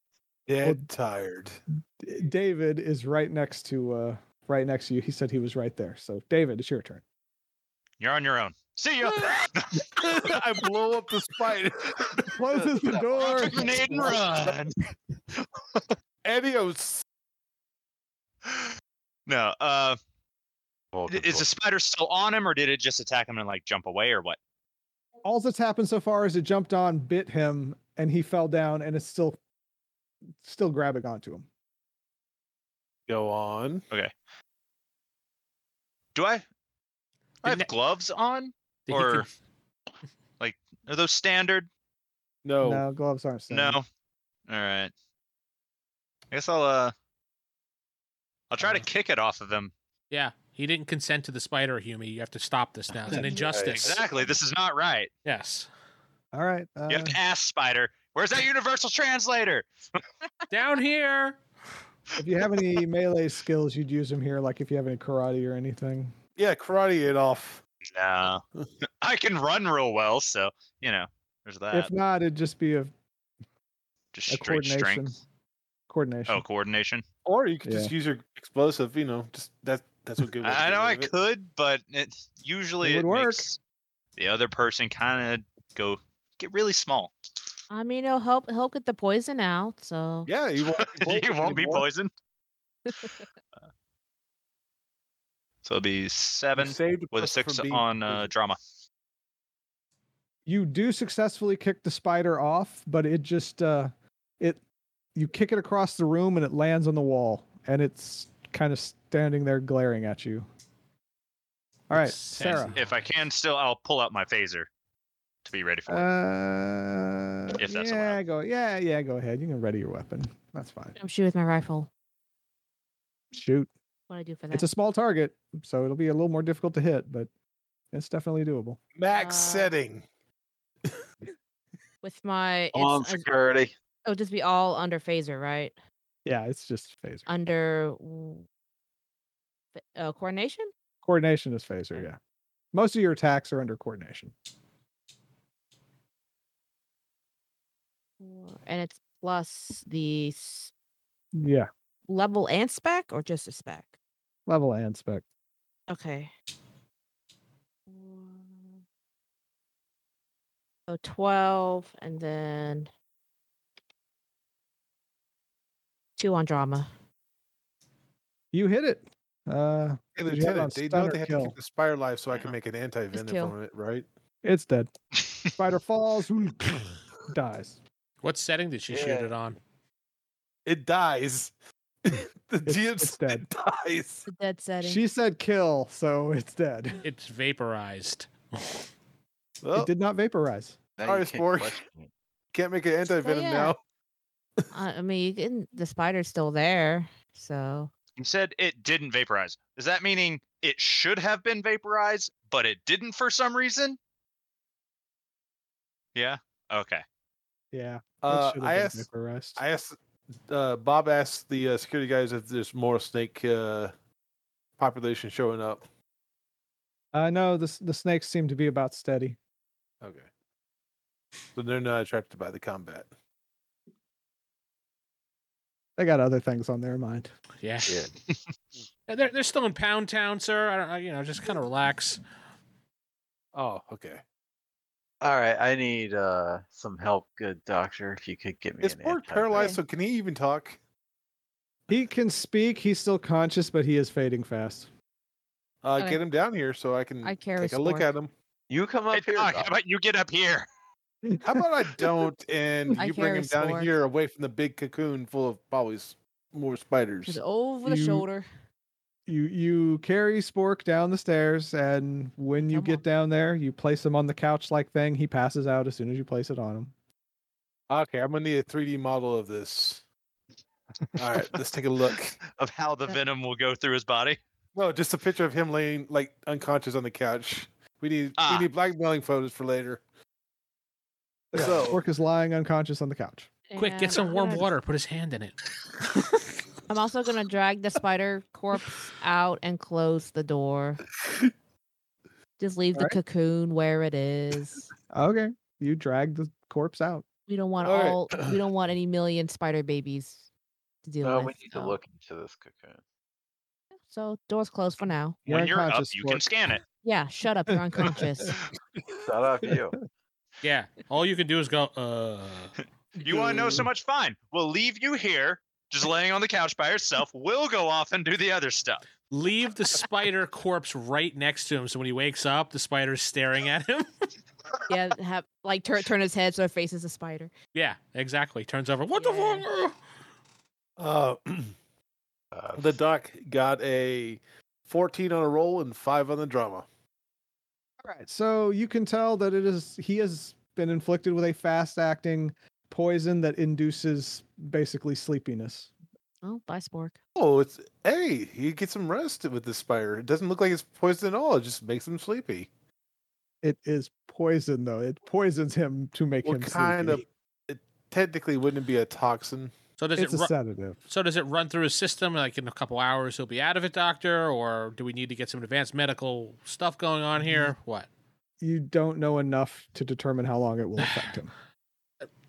[SPEAKER 5] Dead tired.
[SPEAKER 1] D- David is right next to uh right next to you. He said he was right there. So David, it's your turn.
[SPEAKER 6] You're on your own. See ya.
[SPEAKER 5] I blow up the spider.
[SPEAKER 1] Closes the door.
[SPEAKER 6] Grenade and run.
[SPEAKER 5] Adios.
[SPEAKER 6] No. Uh,
[SPEAKER 4] Full
[SPEAKER 6] i- is
[SPEAKER 4] control.
[SPEAKER 6] the spider still on him, or did it just attack him and like jump away, or what?
[SPEAKER 1] All that's happened so far is it jumped on, bit him, and he fell down and it's still still grabbing onto him.
[SPEAKER 5] Go on.
[SPEAKER 6] Do I? I have
[SPEAKER 2] Didn't it-
[SPEAKER 6] gloves on.
[SPEAKER 2] He
[SPEAKER 6] Or-
[SPEAKER 2] could-
[SPEAKER 6] Are those standard?
[SPEAKER 5] Oh. No.
[SPEAKER 1] No, gloves aren't safe.
[SPEAKER 6] No. All right. I guess I'll uh. I'll try to
[SPEAKER 2] Uh,
[SPEAKER 6] kick it off of him.
[SPEAKER 2] yeah, he didn't consent to the spider, Hume. You have to stop this now. It's an
[SPEAKER 4] Right,
[SPEAKER 2] injustice.
[SPEAKER 6] Exactly. This is not right.
[SPEAKER 2] Yes.
[SPEAKER 1] All right. Uh,
[SPEAKER 6] You have to ask Spider. Where's that universal translator?
[SPEAKER 2] Down here.
[SPEAKER 1] if you have any melee skills, you'd use them here. Like if you have any karate or anything.
[SPEAKER 5] Yeah, karate it off.
[SPEAKER 6] No. I can run real well, so you know, there's that.
[SPEAKER 1] if not, it'd just be a,
[SPEAKER 6] Just
[SPEAKER 1] a
[SPEAKER 6] straight
[SPEAKER 1] coordination.
[SPEAKER 6] strength.
[SPEAKER 1] Coordination.
[SPEAKER 6] Oh, coordination.
[SPEAKER 5] Or you could just use your explosive. You know, just that. That's what good. way to
[SPEAKER 6] I
[SPEAKER 5] get
[SPEAKER 6] know I
[SPEAKER 5] rid of it.
[SPEAKER 6] could, but it usually
[SPEAKER 1] It
[SPEAKER 6] it,
[SPEAKER 1] would work.
[SPEAKER 6] makes the other person kind of go get really small.
[SPEAKER 7] I mean, it'll help help get the poison out. So
[SPEAKER 5] Yeah, you won't.
[SPEAKER 6] you won't be
[SPEAKER 5] anymore.
[SPEAKER 6] poisoned. So it'll be seven
[SPEAKER 5] saved
[SPEAKER 6] with a
[SPEAKER 5] Puck
[SPEAKER 6] six
[SPEAKER 5] from being
[SPEAKER 6] on uh,
[SPEAKER 5] poisoned.
[SPEAKER 6] drama.
[SPEAKER 1] you do successfully kick the spider off, but it just uh it you kick it across the room and it lands on the wall and it's kind of standing there glaring at you. All right, Sarah.
[SPEAKER 6] And if I can still, I'll pull out my phaser to be ready for it.
[SPEAKER 1] Uh,
[SPEAKER 6] If that's
[SPEAKER 1] yeah,
[SPEAKER 6] allowed.
[SPEAKER 1] go yeah, yeah, go ahead. You can ready your weapon. That's fine.
[SPEAKER 7] I'm shooting with my rifle.
[SPEAKER 1] Shoot.
[SPEAKER 7] What do I do for that?
[SPEAKER 1] It's a small target, so it'll be a little more difficult to hit, but it's definitely doable.
[SPEAKER 5] Max
[SPEAKER 7] Uh,
[SPEAKER 5] setting.
[SPEAKER 7] with my
[SPEAKER 4] On
[SPEAKER 7] it's,
[SPEAKER 4] security.
[SPEAKER 7] it'll just be all under phaser, right?
[SPEAKER 1] Yeah, it's just phaser.
[SPEAKER 7] Uh, Under w- f- uh, coordination.
[SPEAKER 1] Coordination is phaser, yeah. Most of your attacks are under coordination.
[SPEAKER 7] Or- And it's plus the s-
[SPEAKER 1] Yeah.
[SPEAKER 7] level and spec or just a spec?
[SPEAKER 1] Level and spec.
[SPEAKER 7] Okay. One- So 12 and then two on drama.
[SPEAKER 1] You hit it. Uh
[SPEAKER 5] Hey,
[SPEAKER 1] Did you hit on
[SPEAKER 5] Lieutenant, they know
[SPEAKER 1] stun or
[SPEAKER 5] they have to
[SPEAKER 1] kill?
[SPEAKER 5] keep the spire alive so I
[SPEAKER 7] Yeah.
[SPEAKER 5] can make an anti venom
[SPEAKER 7] kill.
[SPEAKER 5] from it, right?
[SPEAKER 1] It's dead. Spider falls, dies.
[SPEAKER 2] What setting did she shoot
[SPEAKER 4] Yeah.
[SPEAKER 2] it on?
[SPEAKER 5] It dies. the GM
[SPEAKER 1] it's dead.
[SPEAKER 5] said it dies.
[SPEAKER 7] The dead setting.
[SPEAKER 1] She said kill, so it's dead.
[SPEAKER 2] It's vaporized.
[SPEAKER 5] Well,
[SPEAKER 1] It did not vaporize.
[SPEAKER 4] Now
[SPEAKER 5] Sorry,
[SPEAKER 4] you
[SPEAKER 5] it's
[SPEAKER 4] can't
[SPEAKER 5] Borg.
[SPEAKER 4] question it.
[SPEAKER 5] can't make an anti venom
[SPEAKER 7] yeah.
[SPEAKER 5] now.
[SPEAKER 7] I I mean, you can, the spider's still there. So
[SPEAKER 6] You said it didn't vaporize. Is that meaning it should have been vaporized, but it didn't for some reason? Yeah. Okay.
[SPEAKER 1] Yeah. it
[SPEAKER 5] Uh,
[SPEAKER 1] should have
[SPEAKER 5] I
[SPEAKER 1] been
[SPEAKER 5] asked
[SPEAKER 1] vaporized.
[SPEAKER 5] I asked uh, Bob asked the uh, security guys if there's more snake uh, population showing up.
[SPEAKER 1] Uh, no, the s- the snakes seem to be about steady.
[SPEAKER 5] Okay. So they're not attracted by the combat.
[SPEAKER 1] They got other things on their mind.
[SPEAKER 2] Yeah.
[SPEAKER 4] Yeah.
[SPEAKER 2] They're, they're still in Pound Town, sir. I don't know. You know, just kind of relax.
[SPEAKER 5] Oh, okay.
[SPEAKER 4] All right, I need uh some help, good doctor. If you could get me.
[SPEAKER 5] Is
[SPEAKER 4] an
[SPEAKER 5] Borg
[SPEAKER 4] antivenom.
[SPEAKER 5] paralyzed? So can he even talk?
[SPEAKER 1] He can speak. He's still conscious, but he is fading fast.
[SPEAKER 5] Uh,
[SPEAKER 7] Okay.
[SPEAKER 5] Get him down here so I can
[SPEAKER 7] I carry
[SPEAKER 5] Mm, take a look
[SPEAKER 7] Spork.
[SPEAKER 5] at him.
[SPEAKER 4] You come up
[SPEAKER 6] Hey,
[SPEAKER 4] here.
[SPEAKER 6] Doc, how
[SPEAKER 4] doc.
[SPEAKER 6] about you get up here?
[SPEAKER 5] How about I don't and
[SPEAKER 7] I
[SPEAKER 5] you bring
[SPEAKER 7] carry
[SPEAKER 5] him down
[SPEAKER 7] Spork.
[SPEAKER 5] here away from the big cocoon full of probably s- more spiders?
[SPEAKER 7] just over the
[SPEAKER 1] You-
[SPEAKER 7] shoulder.
[SPEAKER 1] You you carry Spork down the stairs, and when you
[SPEAKER 7] Come
[SPEAKER 1] get
[SPEAKER 7] on.
[SPEAKER 1] down there, you place him on the couch like thing. He passes out as soon as you place it on him.
[SPEAKER 5] Okay, I'm gonna need a 3D model of this. All right, let's take a look.
[SPEAKER 6] Of how the
[SPEAKER 7] Uh,
[SPEAKER 6] venom will go through his body.
[SPEAKER 5] No, just a picture of him laying like unconscious on the couch. We need
[SPEAKER 6] Ah.
[SPEAKER 5] we need blackmailing photos for later.
[SPEAKER 1] Yeah,
[SPEAKER 5] So-
[SPEAKER 1] Spork is lying unconscious on the couch.
[SPEAKER 2] Quick,
[SPEAKER 7] And
[SPEAKER 2] get some
[SPEAKER 7] I'm
[SPEAKER 2] warm
[SPEAKER 7] gonna-
[SPEAKER 2] water. Put his hand in it.
[SPEAKER 7] I'm also gonna drag the spider corpse out and close the door. Just leave the
[SPEAKER 1] Alright.
[SPEAKER 7] cocoon where it is.
[SPEAKER 1] Okay, you drag the corpse out.
[SPEAKER 7] We don't want
[SPEAKER 5] Alright.
[SPEAKER 7] all. We don't want any million spider babies to deal
[SPEAKER 4] No,
[SPEAKER 7] with.
[SPEAKER 4] Uh, we need to
[SPEAKER 7] so-
[SPEAKER 4] look into this cocoon.
[SPEAKER 7] So door's closed for now.
[SPEAKER 1] You're
[SPEAKER 6] when you're up,
[SPEAKER 1] unconscious,
[SPEAKER 6] you can
[SPEAKER 1] Spork.
[SPEAKER 6] scan it.
[SPEAKER 7] Yeah, shut up. You're unconscious.
[SPEAKER 4] Shut up, you. Uh,
[SPEAKER 2] Yeah. All you can do is go, uh.
[SPEAKER 6] You want to know so much? Fine. We'll leave you here, just laying on the couch by yourself. We'll go off and do the other stuff.
[SPEAKER 2] Leave the spider corpse right next to him. So when he wakes up, the spider's staring at him.
[SPEAKER 7] yeah, have like turn turn his head so it faces the spider.
[SPEAKER 2] yeah, exactly. Turns over. What
[SPEAKER 7] Yeah.
[SPEAKER 2] the fuck?
[SPEAKER 5] Uh,
[SPEAKER 4] Uh,
[SPEAKER 5] the doc got a 14 on a roll and five on the drama.
[SPEAKER 1] All right. So you can tell that it is he has been inflicted with a fast acting poison that induces basically sleepiness.
[SPEAKER 7] Oh, bye, Spork.
[SPEAKER 5] Oh, it's hey, you get some rest with this spider. It doesn't look like it's poison at all. It just makes him sleepy.
[SPEAKER 1] It is poison though. It poisons him to make
[SPEAKER 5] What
[SPEAKER 1] him
[SPEAKER 5] kind
[SPEAKER 1] sleepy.
[SPEAKER 5] of? It, technically, wouldn't it be a toxin?
[SPEAKER 2] So does
[SPEAKER 1] it's
[SPEAKER 2] it
[SPEAKER 1] a
[SPEAKER 2] ru-
[SPEAKER 1] sedative.
[SPEAKER 2] so does it run through his system? Like in a couple hours, he'll be out of it, doctor. Or do we need to get some advanced medical stuff going on here? What?
[SPEAKER 1] You don't know enough to determine how long it will affect him.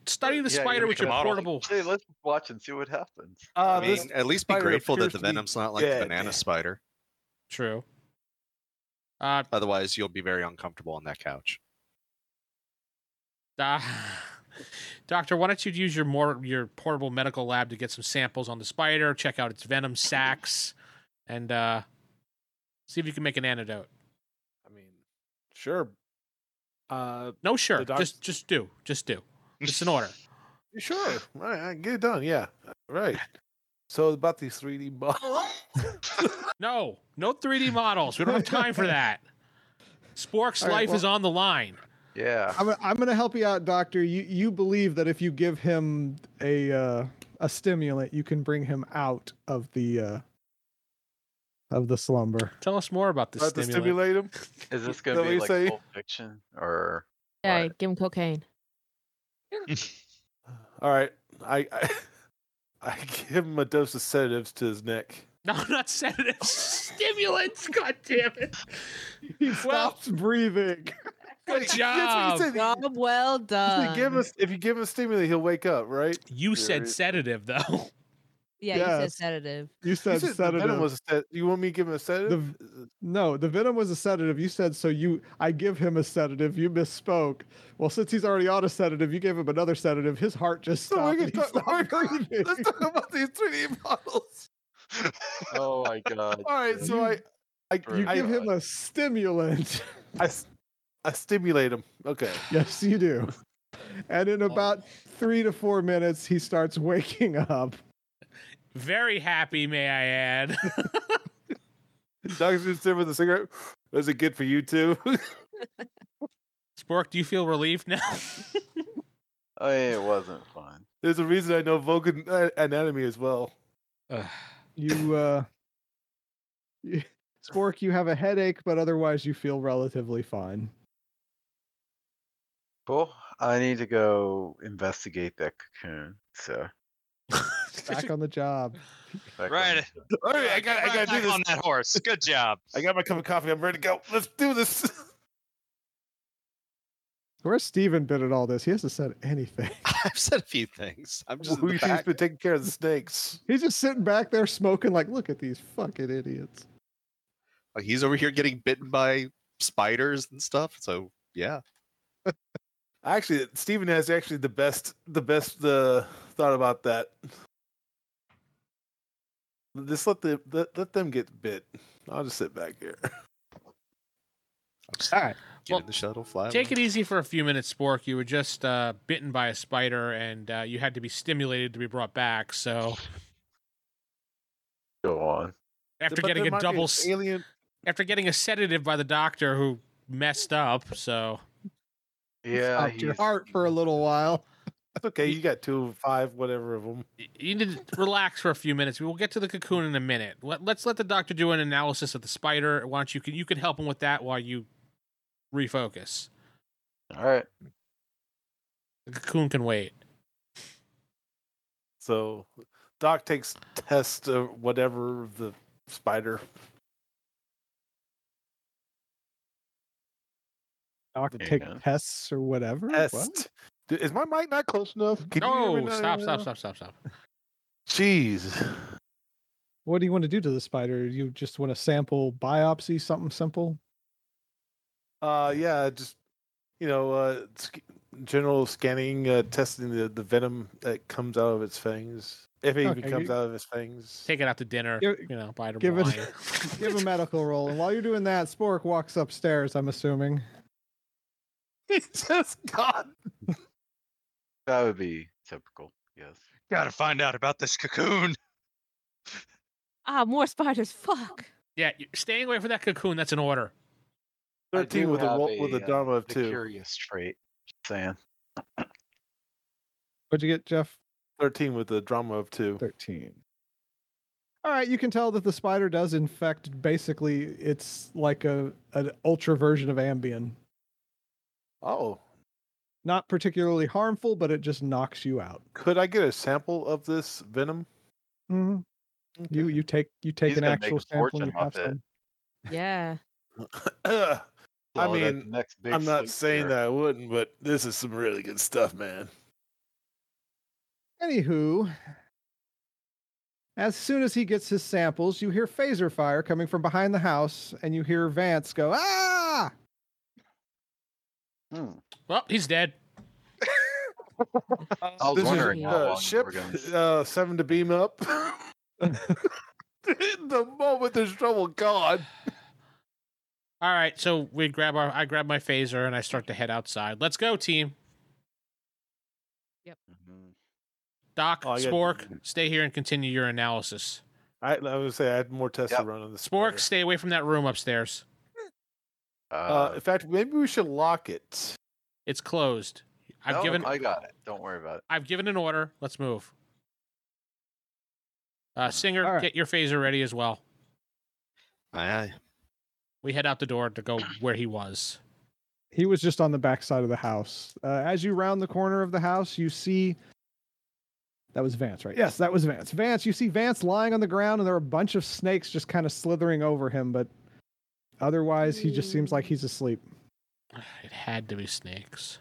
[SPEAKER 2] Study the
[SPEAKER 4] Yeah, you
[SPEAKER 2] spider
[SPEAKER 4] make
[SPEAKER 2] with
[SPEAKER 4] a
[SPEAKER 2] your
[SPEAKER 4] model.
[SPEAKER 2] portable.
[SPEAKER 4] Hey, let's watch and see what happens.
[SPEAKER 8] I
[SPEAKER 5] Uh,
[SPEAKER 8] mean,
[SPEAKER 5] this
[SPEAKER 8] at least be
[SPEAKER 5] spider
[SPEAKER 8] grateful that
[SPEAKER 5] appears
[SPEAKER 8] the
[SPEAKER 5] to be
[SPEAKER 8] venom's not like the
[SPEAKER 5] dead.
[SPEAKER 8] banana spider.
[SPEAKER 2] True. Uh,
[SPEAKER 8] Otherwise, you'll be very uncomfortable on that couch.
[SPEAKER 2] uh Doctor, why don't you use your more your portable medical lab to get some samples on the spider, check out its venom sacs, and uh, see if you can make an antidote.
[SPEAKER 5] I mean, sure. Uh,
[SPEAKER 2] No, sure,
[SPEAKER 5] The doc-
[SPEAKER 2] just just do, just do, just an order.
[SPEAKER 5] sure. All right, I get it done. Yeah, right. So about these 3D models.
[SPEAKER 2] No, no 3D models. We don't have time for that. Spork's
[SPEAKER 1] All right,
[SPEAKER 2] life
[SPEAKER 1] well-
[SPEAKER 2] is on the line.
[SPEAKER 4] Yeah.
[SPEAKER 1] I'm, I'm going to help you out, Doctor. You you believe that if you give him a uh, a stimulant, you can bring him out of the uh, of the slumber.
[SPEAKER 2] Tell us more about this
[SPEAKER 5] About to
[SPEAKER 2] stimulant.
[SPEAKER 5] stimulate them.
[SPEAKER 4] Is this
[SPEAKER 5] that
[SPEAKER 4] going to
[SPEAKER 5] what
[SPEAKER 4] be
[SPEAKER 5] you
[SPEAKER 4] like
[SPEAKER 5] say?
[SPEAKER 4] Pulp Fiction or
[SPEAKER 7] Yeah,
[SPEAKER 4] Right.
[SPEAKER 7] give him cocaine.
[SPEAKER 5] All right, I, I I give him a dose of sedatives to his neck.
[SPEAKER 2] No, not sedatives. Stimulants. God damn it.
[SPEAKER 1] He
[SPEAKER 2] Well-
[SPEAKER 1] stops breathing.
[SPEAKER 2] Good
[SPEAKER 5] That's
[SPEAKER 2] job.
[SPEAKER 5] what you said.
[SPEAKER 7] Job well
[SPEAKER 5] If
[SPEAKER 7] done.
[SPEAKER 5] you give us if you give him a stimulant, he'll wake up, right?
[SPEAKER 2] You said
[SPEAKER 4] Serious.
[SPEAKER 2] sedative though.
[SPEAKER 7] yeah, you said
[SPEAKER 1] Yes.
[SPEAKER 7] sedative.
[SPEAKER 1] You
[SPEAKER 5] You
[SPEAKER 1] said,
[SPEAKER 5] said the venom
[SPEAKER 1] sedative.
[SPEAKER 5] was a sed- you want me to give him a sedative?
[SPEAKER 1] No, the venom was a sedative. You said so. You I give him a sedative. You misspoke. Well, since he's already on a sedative, you gave him another sedative. His heart just
[SPEAKER 5] So
[SPEAKER 1] stopped.
[SPEAKER 5] we can
[SPEAKER 1] and he
[SPEAKER 5] talk-
[SPEAKER 1] stopped
[SPEAKER 5] we're gonna-
[SPEAKER 1] breathing.
[SPEAKER 5] Let's talk about these 3D models.
[SPEAKER 4] Oh my god.
[SPEAKER 5] All right, so I I
[SPEAKER 4] You
[SPEAKER 1] You
[SPEAKER 5] I,
[SPEAKER 1] give him a stimulant.
[SPEAKER 5] I s- I stimulate him. Okay.
[SPEAKER 1] yes, you do. And in about three to four minutes, he starts waking up.
[SPEAKER 2] Very happy, may I add.
[SPEAKER 5] Doctor Sim with a cigarette. Was it good for you too?
[SPEAKER 2] Spork, do you feel relieved now?
[SPEAKER 4] Oh, yeah, it wasn't fun.
[SPEAKER 5] There's a reason I know Vulcan uh, anatomy as well.
[SPEAKER 1] You, uh, you- Spork, you have a headache, but otherwise you feel relatively fine.
[SPEAKER 4] Cool. I need to go investigate that cocoon. So
[SPEAKER 1] Back on the job.
[SPEAKER 4] back
[SPEAKER 6] Right.
[SPEAKER 4] on-
[SPEAKER 5] All right, I got I
[SPEAKER 6] Right
[SPEAKER 5] got to do
[SPEAKER 6] back
[SPEAKER 5] this.
[SPEAKER 6] on that horse. Good job.
[SPEAKER 5] I got my cup of coffee. I'm ready to go. Let's do this.
[SPEAKER 1] Where's Steven been at all this? He hasn't said anything.
[SPEAKER 8] I've said a few things. I'm just in the
[SPEAKER 5] We should
[SPEAKER 8] back.
[SPEAKER 5] have been taking care of the snakes.
[SPEAKER 1] He's just sitting back there smoking, like, look at these fucking idiots.
[SPEAKER 8] Like, he's over here getting bitten by spiders and stuff. So yeah,
[SPEAKER 5] Actually, Steven has actually the best the best uh, thought about that. Just let the let, let them get bit. I'll just sit back here.
[SPEAKER 2] All right.
[SPEAKER 8] get
[SPEAKER 2] Well,
[SPEAKER 8] in the shuttle, fly.
[SPEAKER 2] Take
[SPEAKER 8] away.
[SPEAKER 2] it e easy for a few minutes, Spork. You were just uh, bitten by a spider and uh, you had to be stimulated to be brought back. So
[SPEAKER 4] Go on.
[SPEAKER 2] after
[SPEAKER 5] But there
[SPEAKER 2] getting
[SPEAKER 5] might
[SPEAKER 2] a
[SPEAKER 5] be
[SPEAKER 2] double,
[SPEAKER 5] an
[SPEAKER 2] s-
[SPEAKER 5] alien.
[SPEAKER 2] after getting a sedative by the doctor who messed up, so
[SPEAKER 4] Yeah.
[SPEAKER 1] Stopped your
[SPEAKER 4] he's-
[SPEAKER 1] heart for a little while.
[SPEAKER 5] It's okay. You got two, five, whatever of them.
[SPEAKER 2] y- you need to relax for a few minutes. We will get to the cocoon in a minute. Let, let's let the doctor do an analysis of the spider. Why don't you can you can help him with that while you refocus.
[SPEAKER 4] All right.
[SPEAKER 2] The cocoon can wait.
[SPEAKER 5] So, Doc takes test of whatever of the spider.
[SPEAKER 1] Doctor
[SPEAKER 4] There you
[SPEAKER 1] take
[SPEAKER 4] go.
[SPEAKER 1] tests or whatever. What?
[SPEAKER 5] Test. D- Is my mic not close enough? Can you hear me
[SPEAKER 2] No,
[SPEAKER 5] now?
[SPEAKER 2] stop,
[SPEAKER 1] uh,
[SPEAKER 2] stop, stop, stop, stop.
[SPEAKER 5] Jeez.
[SPEAKER 1] What do you want to do to the spider? You just want to sample biopsy, something simple?
[SPEAKER 5] Uh, yeah, just you know, uh, sc- general scanning, uh, testing the, the venom that comes out of its fangs, if it
[SPEAKER 1] Okay,
[SPEAKER 5] even comes
[SPEAKER 1] you-
[SPEAKER 5] out of its fangs.
[SPEAKER 2] Take it out to dinner.
[SPEAKER 1] Give-
[SPEAKER 2] you know, buy it a
[SPEAKER 1] give it-
[SPEAKER 2] wine.
[SPEAKER 1] Give a medical roll. And while you're doing that, Spork walks upstairs, I'm assuming.
[SPEAKER 5] It's just gone.
[SPEAKER 4] That would be typical. Yes.
[SPEAKER 6] Gotta find out about this cocoon.
[SPEAKER 7] Ah, more spiders. Fuck.
[SPEAKER 2] yeah, you're staying away from that cocoon. That's an order.
[SPEAKER 4] I
[SPEAKER 5] Thirteen
[SPEAKER 4] do
[SPEAKER 5] with a
[SPEAKER 4] have
[SPEAKER 5] roll, with a
[SPEAKER 4] uh,
[SPEAKER 5] drama of
[SPEAKER 4] the
[SPEAKER 5] two.
[SPEAKER 4] Curious trait. Just Saying.
[SPEAKER 1] What'd you get, Jeff?
[SPEAKER 5] Thirteen with a drama of two.
[SPEAKER 1] 13. All right, you can tell that the spider does infect basically it's like a an ultra version of Ambien.
[SPEAKER 5] Oh,
[SPEAKER 1] Not particularly harmful, but it just knocks you out.
[SPEAKER 5] could I get a sample of this venom?
[SPEAKER 1] Mhm. You you take you take
[SPEAKER 4] He's
[SPEAKER 1] an
[SPEAKER 4] gonna make
[SPEAKER 1] actual
[SPEAKER 4] a
[SPEAKER 1] sample and
[SPEAKER 4] fortune
[SPEAKER 1] you have
[SPEAKER 4] off it.
[SPEAKER 1] some.
[SPEAKER 7] Yeah.
[SPEAKER 5] I
[SPEAKER 4] So Oh, that's
[SPEAKER 5] mean,
[SPEAKER 4] the next big
[SPEAKER 5] I'm not
[SPEAKER 4] sleep
[SPEAKER 5] saying
[SPEAKER 4] here.
[SPEAKER 5] that I wouldn't, but this is some really good stuff, man.
[SPEAKER 1] Anywho, as soon as he gets his samples, you hear phaser fire coming from behind the house, and you hear Vance go, "Ah!"
[SPEAKER 4] Hmm.
[SPEAKER 2] Well, he's dead.
[SPEAKER 4] I was
[SPEAKER 5] This is,
[SPEAKER 4] wondering how
[SPEAKER 5] uh,
[SPEAKER 4] long you
[SPEAKER 5] ship
[SPEAKER 4] were going.
[SPEAKER 5] uh, seven to beam up. the moment there's trouble, God.
[SPEAKER 2] All right, so we grab our. I grab my phaser and I start to head outside. Let's go, team.
[SPEAKER 4] Mhm.
[SPEAKER 2] Doc,
[SPEAKER 5] Oh, I got-
[SPEAKER 2] Spork, stay here and continue your analysis.
[SPEAKER 5] I, I was gonna say I had more tests to
[SPEAKER 4] Yep.
[SPEAKER 5] run on this.
[SPEAKER 2] Spork, stay away from that room upstairs.
[SPEAKER 4] Uh,
[SPEAKER 5] Uh, in fact, maybe we should lock it.
[SPEAKER 2] It's closed. I've
[SPEAKER 4] no,
[SPEAKER 2] given.
[SPEAKER 4] I got it. Don't worry about it.
[SPEAKER 2] I've given an order. Let's move. Uh, Singer,
[SPEAKER 1] All right.
[SPEAKER 2] get your phaser ready as well.
[SPEAKER 8] Aye, aye.
[SPEAKER 2] We head out the door to go where he was.
[SPEAKER 1] he was just on the back side of the house. Uh, as you round the corner of the house, you see that was Vance, right? Yes, that was Vance. Vance, you see Vance lying on the ground, and there are a bunch of snakes just kind of slithering over him, but otherwise, he just seems like he's asleep.
[SPEAKER 2] It had to be snakes.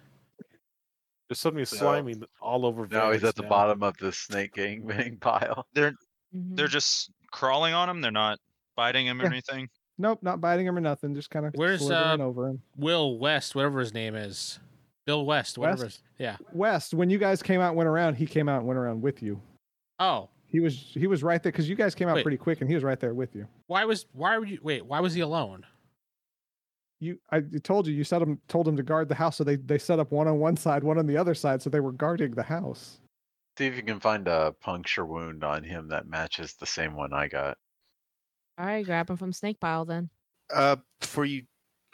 [SPEAKER 5] There's something
[SPEAKER 4] So-
[SPEAKER 5] slimy all over.
[SPEAKER 4] Now he's
[SPEAKER 5] Vance
[SPEAKER 4] at the
[SPEAKER 5] now.
[SPEAKER 4] bottom of the snake gangbang pile.
[SPEAKER 7] Mm-hmm.
[SPEAKER 6] They're just crawling on him. They're not biting him or
[SPEAKER 1] Yeah.
[SPEAKER 6] anything.
[SPEAKER 1] Nope, not biting him or nothing, just kind of
[SPEAKER 2] Where's,
[SPEAKER 1] slithering
[SPEAKER 2] uh,
[SPEAKER 1] over him.
[SPEAKER 2] Will West, whatever his name is, Bill West, whatever.
[SPEAKER 1] West?
[SPEAKER 2] his- yeah.
[SPEAKER 1] West, when you guys came out and went around, he came out and went around with you.
[SPEAKER 2] Oh,
[SPEAKER 1] He was he was right there because you guys came out
[SPEAKER 2] Wait.
[SPEAKER 1] pretty quick, and he was right there with you.
[SPEAKER 2] why was why were you wait? Why was he alone?
[SPEAKER 1] You, I told you, you set him, told him to guard the house, so they they set up one on one side, one on the other side, so they were guarding the house.
[SPEAKER 4] See if you can find a puncture wound on him that matches the same one I got.
[SPEAKER 7] All right, grab him from snake pile then.
[SPEAKER 8] Uh, before you,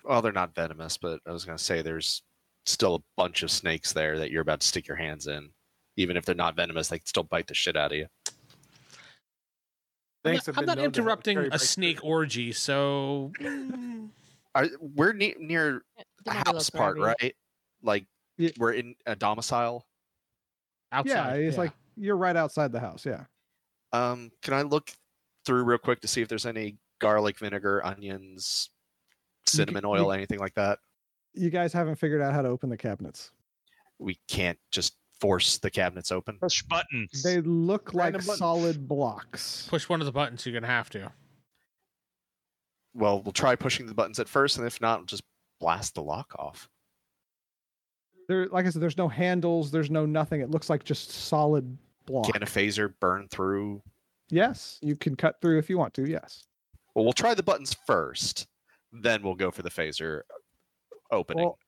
[SPEAKER 8] well, they're not venomous, but I was gonna say there's still a bunch of snakes there that you're about to stick your hands in. Even if they're not venomous, they can still bite the shit out of you.
[SPEAKER 2] I'm not,
[SPEAKER 5] Snakes
[SPEAKER 2] I'm
[SPEAKER 5] have been
[SPEAKER 2] not
[SPEAKER 5] known to have
[SPEAKER 2] interrupting
[SPEAKER 5] carry
[SPEAKER 2] a
[SPEAKER 5] breakthrough.
[SPEAKER 2] snake orgy, so mm,
[SPEAKER 8] Are, we're ne- near
[SPEAKER 7] They
[SPEAKER 8] the
[SPEAKER 7] might be a
[SPEAKER 8] house
[SPEAKER 7] little
[SPEAKER 8] part,
[SPEAKER 7] grabby.
[SPEAKER 8] right? Like
[SPEAKER 1] Yeah.
[SPEAKER 8] we're in a domicile.
[SPEAKER 2] outside.
[SPEAKER 1] Yeah, it's like you're right outside the house. Yeah.
[SPEAKER 8] Um, can I look through real quick to see if there's any garlic, vinegar, onions,
[SPEAKER 1] c-
[SPEAKER 8] cinnamon oil, anything like that?
[SPEAKER 1] You guys haven't figured out how to open the cabinets.
[SPEAKER 8] We can't just force the cabinets open.
[SPEAKER 6] Push button.
[SPEAKER 1] They look like
[SPEAKER 5] Random button.
[SPEAKER 1] solid blocks.
[SPEAKER 2] push one of the buttons. You're gonna have to.
[SPEAKER 8] Well, we'll try pushing the buttons at first, and if not, we'll just blast the lock off.
[SPEAKER 1] There, like I said, there's no handles. There's no nothing. It looks like just solid block.
[SPEAKER 8] Can a phaser burn through
[SPEAKER 1] yes, you can cut through if you want to. Yes.
[SPEAKER 8] Well, we'll try the buttons first, then we'll go for the phaser opening.
[SPEAKER 1] Well,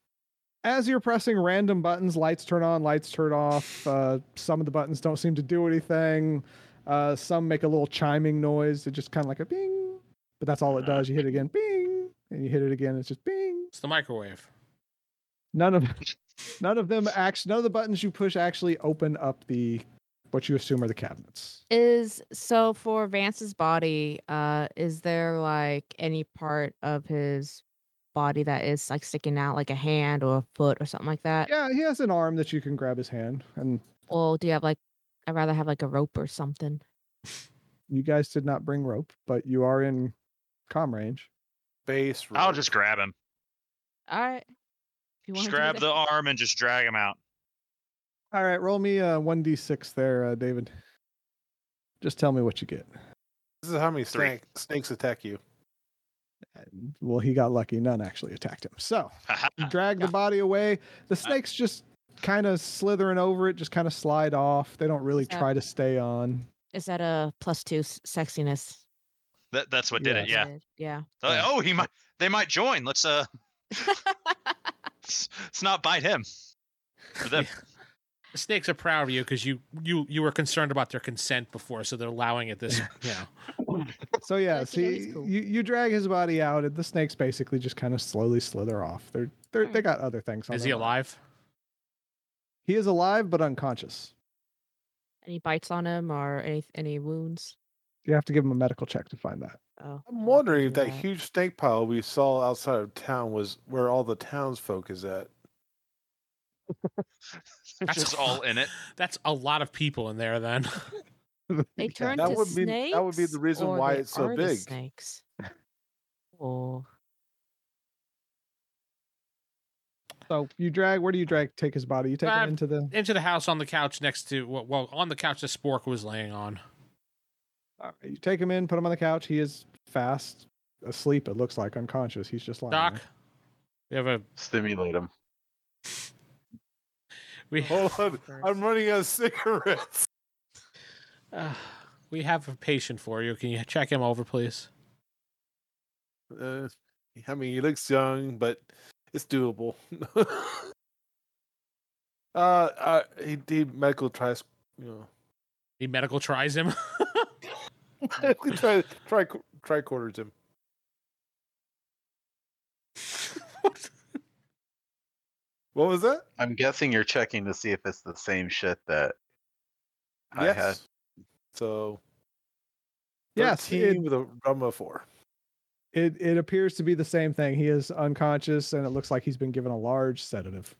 [SPEAKER 1] as you're pressing random buttons, lights turn on, lights turn off. Uh, some of the buttons don't seem to do anything. Uh, some make a little chiming noise. It's just kind of like a bing, but that's all it does. You hit it again, bing, and you hit it again. It's just bing.
[SPEAKER 2] It's the microwave.
[SPEAKER 1] none of none of them actually none of the buttons you push actually open up the what you assume are the cabinets
[SPEAKER 7] Is so for Vance's body, uh, is there like any part of his body that is like sticking out, like a hand or a foot or something like that?
[SPEAKER 1] yeah he has an arm that you can grab his hand and
[SPEAKER 7] Or do you have like I'd rather have like a rope or something.
[SPEAKER 1] you guys did not bring rope but you are in com range
[SPEAKER 5] Base.
[SPEAKER 6] I'll
[SPEAKER 5] road.
[SPEAKER 6] just grab him.
[SPEAKER 7] All right. If you
[SPEAKER 6] Just
[SPEAKER 7] wanna do
[SPEAKER 6] grab
[SPEAKER 7] that.
[SPEAKER 6] the arm and just drag him out.
[SPEAKER 1] all right roll me uh, a 1d6 there uh, david just tell me what you get
[SPEAKER 5] This is how many
[SPEAKER 6] Three.
[SPEAKER 5] snake, snakes attack you.
[SPEAKER 1] well he got lucky none actually attacked him so
[SPEAKER 6] Haha.
[SPEAKER 2] Ah,
[SPEAKER 1] you drag the body away the snakes just kind of slithering over it just kind of slide off they don't really
[SPEAKER 7] Yeah.
[SPEAKER 1] try to stay on
[SPEAKER 7] Is that a plus two s- sexiness?
[SPEAKER 6] that, that's what did it. Yeah.
[SPEAKER 7] Good, Yeah.
[SPEAKER 6] They're like, oh, he might. They might join. Let's uh, let's, let's not bite him. Or them.
[SPEAKER 2] The snakes are proud of you because you you you were concerned about their consent before, so they're allowing it this. You know.
[SPEAKER 1] So yeah,
[SPEAKER 7] Like, you know, he's
[SPEAKER 1] see,
[SPEAKER 7] cool.
[SPEAKER 1] you, you drag his body out, and the snakes basically just kind of slowly slither off. They're, they're they
[SPEAKER 7] Alright.
[SPEAKER 1] got other things. On
[SPEAKER 2] Is he
[SPEAKER 1] their mind.
[SPEAKER 2] alive?
[SPEAKER 1] He is alive but unconscious.
[SPEAKER 7] Any bites on him or any any wounds?
[SPEAKER 1] You have to give him a medical check to find that.
[SPEAKER 7] Oh.
[SPEAKER 5] I'm wondering if that
[SPEAKER 7] Right.
[SPEAKER 5] huge snake pile we saw outside of town was where all the townsfolk is at.
[SPEAKER 2] That's
[SPEAKER 6] just all in it.
[SPEAKER 2] That's a lot of people in there. Then
[SPEAKER 7] They turn
[SPEAKER 5] That
[SPEAKER 7] to
[SPEAKER 5] would be-
[SPEAKER 7] snakes.
[SPEAKER 5] that would be the reason
[SPEAKER 7] or
[SPEAKER 5] why
[SPEAKER 7] they
[SPEAKER 5] it's so
[SPEAKER 7] are the
[SPEAKER 5] big.
[SPEAKER 7] Snakes. Oh,
[SPEAKER 1] So you drag. Where do you drag? Take his body. You take
[SPEAKER 2] Uh,
[SPEAKER 1] him into the.
[SPEAKER 2] into the house on the couch next to well, well on the couch that Spork was laying on.
[SPEAKER 1] alright, you take him in. Put him on the couch. He is fast asleep. It looks like unconscious. He's just lying.
[SPEAKER 2] Doc,
[SPEAKER 1] there.
[SPEAKER 2] we have a
[SPEAKER 4] Stimulate him.
[SPEAKER 2] We
[SPEAKER 5] Hold on, I'm running out of cigarettes.
[SPEAKER 2] uh, we have a patient for you. Can you check him over, please?
[SPEAKER 5] Uh, I mean, he looks young, but it's doable. uh, uh, he did medical tries, you know,
[SPEAKER 2] The medical tries him.
[SPEAKER 5] medical try, try, try quarters him. What was that?
[SPEAKER 4] I'm guessing you're checking to see if it's the same shit that I had.
[SPEAKER 5] So
[SPEAKER 1] Yes, it,
[SPEAKER 5] 13 with a drum of four.
[SPEAKER 1] it it appears to be the same thing. He is unconscious, and it looks like he's been given a large sedative.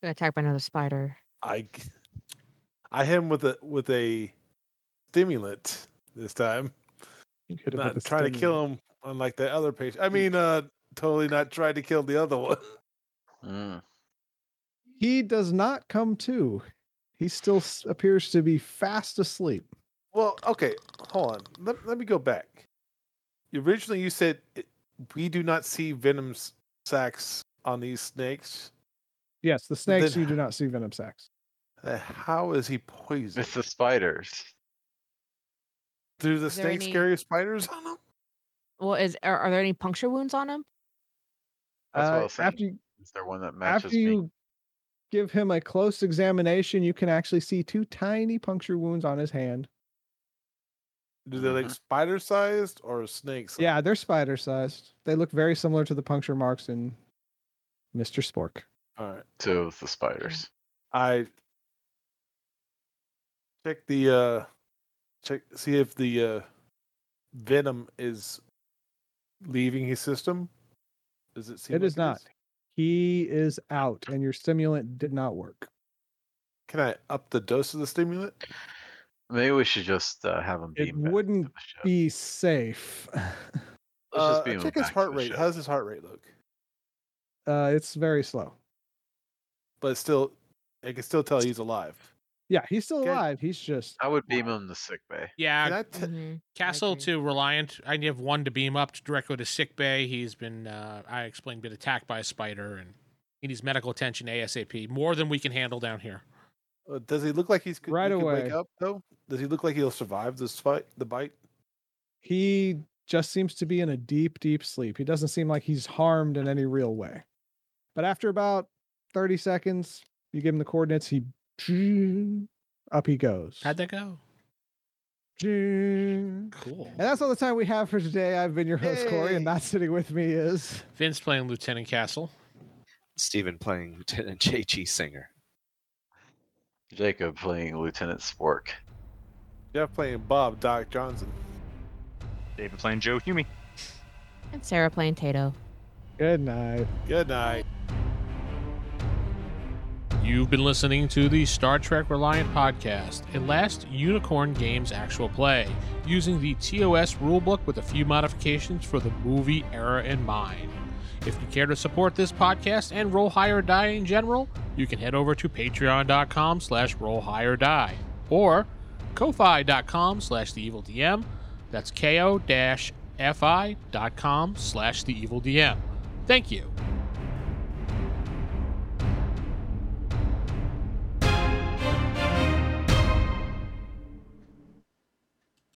[SPEAKER 7] gonna attack by another spider.
[SPEAKER 5] I g- I hit him with a with a stimulant this time.
[SPEAKER 1] Hit him with
[SPEAKER 5] Not
[SPEAKER 1] a
[SPEAKER 5] trying to kill him unlike the other patient. I mean uh totally not trying to kill the other one.
[SPEAKER 4] Mm.
[SPEAKER 1] He does not come to. He still s- appears to be fast asleep.
[SPEAKER 5] Well, okay, hold on. Let, let me go back. Originally you said it, we do not see venom s- sacs on these snakes.
[SPEAKER 1] Yes, the snakes
[SPEAKER 5] Then-
[SPEAKER 1] you do not see venom sacs.
[SPEAKER 5] Uh, How is he poisoned?
[SPEAKER 4] It's the spiders.
[SPEAKER 5] Do the
[SPEAKER 7] Is there
[SPEAKER 5] snakes
[SPEAKER 7] any-
[SPEAKER 5] carry spiders on them?
[SPEAKER 7] Well, is are, are there any puncture wounds on him?
[SPEAKER 4] That's what I
[SPEAKER 1] Uh,
[SPEAKER 4] was saying.
[SPEAKER 1] after you,
[SPEAKER 4] Is there one that matches
[SPEAKER 1] after
[SPEAKER 4] me?
[SPEAKER 1] you give him a close examination, you can actually see two tiny puncture wounds on his hand.
[SPEAKER 5] Do they like spider sized or snakes?
[SPEAKER 1] Yeah, they're spider sized. They look very similar to the puncture marks in Mr. Spork.
[SPEAKER 5] All right.
[SPEAKER 4] So it's the spiders.
[SPEAKER 5] I check the uh check see if the uh venom is leaving his system. Does it seem
[SPEAKER 1] It
[SPEAKER 5] like
[SPEAKER 1] is not. He is out, and your stimulant did not work.
[SPEAKER 5] Can I up the dose of the stimulant?
[SPEAKER 4] Maybe we should just uh, have them
[SPEAKER 1] It
[SPEAKER 4] beam back
[SPEAKER 1] wouldn't
[SPEAKER 4] to the ship.
[SPEAKER 1] Be safe.
[SPEAKER 4] Let's just
[SPEAKER 5] Uh,
[SPEAKER 4] beam him
[SPEAKER 5] check his
[SPEAKER 4] back to
[SPEAKER 5] heart
[SPEAKER 4] the
[SPEAKER 5] rate.
[SPEAKER 4] ship.
[SPEAKER 5] How's his heart rate look?
[SPEAKER 1] Uh, it's very slow.
[SPEAKER 5] But still I can still tell he's alive.
[SPEAKER 1] Yeah, he's still
[SPEAKER 5] Okay.
[SPEAKER 1] alive. He's just
[SPEAKER 4] I would beam him to sick bay.
[SPEAKER 5] Can
[SPEAKER 2] yeah,
[SPEAKER 5] I t-
[SPEAKER 7] Mhm.
[SPEAKER 2] Castle
[SPEAKER 7] agree.
[SPEAKER 2] to Reliant. I have one to beam up directly to sick bay. He's been, uh, I explained, been attacked by a spider and he needs medical attention ASAP. More than we can handle down here.
[SPEAKER 5] uh, does he look like he's could- he
[SPEAKER 1] Right
[SPEAKER 5] could
[SPEAKER 1] away.
[SPEAKER 5] wake up though? Does he look like he'll survive this fight the bite?
[SPEAKER 1] he just seems to be in a deep, deep sleep. He doesn't seem like he's harmed in any real way. But after about 30 seconds, you give him the coordinates, he up he goes.
[SPEAKER 2] How'd that go?
[SPEAKER 1] And
[SPEAKER 2] Cool.
[SPEAKER 1] that's all the time we have for today. I've been your host, Corey, and
[SPEAKER 5] Yay.
[SPEAKER 1] not sitting with me is
[SPEAKER 2] Vince playing Lieutenant Castle.
[SPEAKER 8] Steven playing Lieutenant J.G. Singer.
[SPEAKER 4] Jacob playing Lieutenant Spork.
[SPEAKER 5] Jeff playing Bob Doc Johnson.
[SPEAKER 6] David playing Joe Hume.
[SPEAKER 7] And Sarah playing Tato.
[SPEAKER 1] good night.
[SPEAKER 5] Good night.
[SPEAKER 2] You've been listening to the Star Trek Reliant podcast, a last Unicorn Games actual play, using the TOS rulebook with a few modifications for the movie era in mind. If you care to support this podcast and Roll High or Die in general, you can head over to patreon.com slash roll high or die or ko-fi.com slash the evil DM. That's ko-fi.com slash the evil DM. Thank you.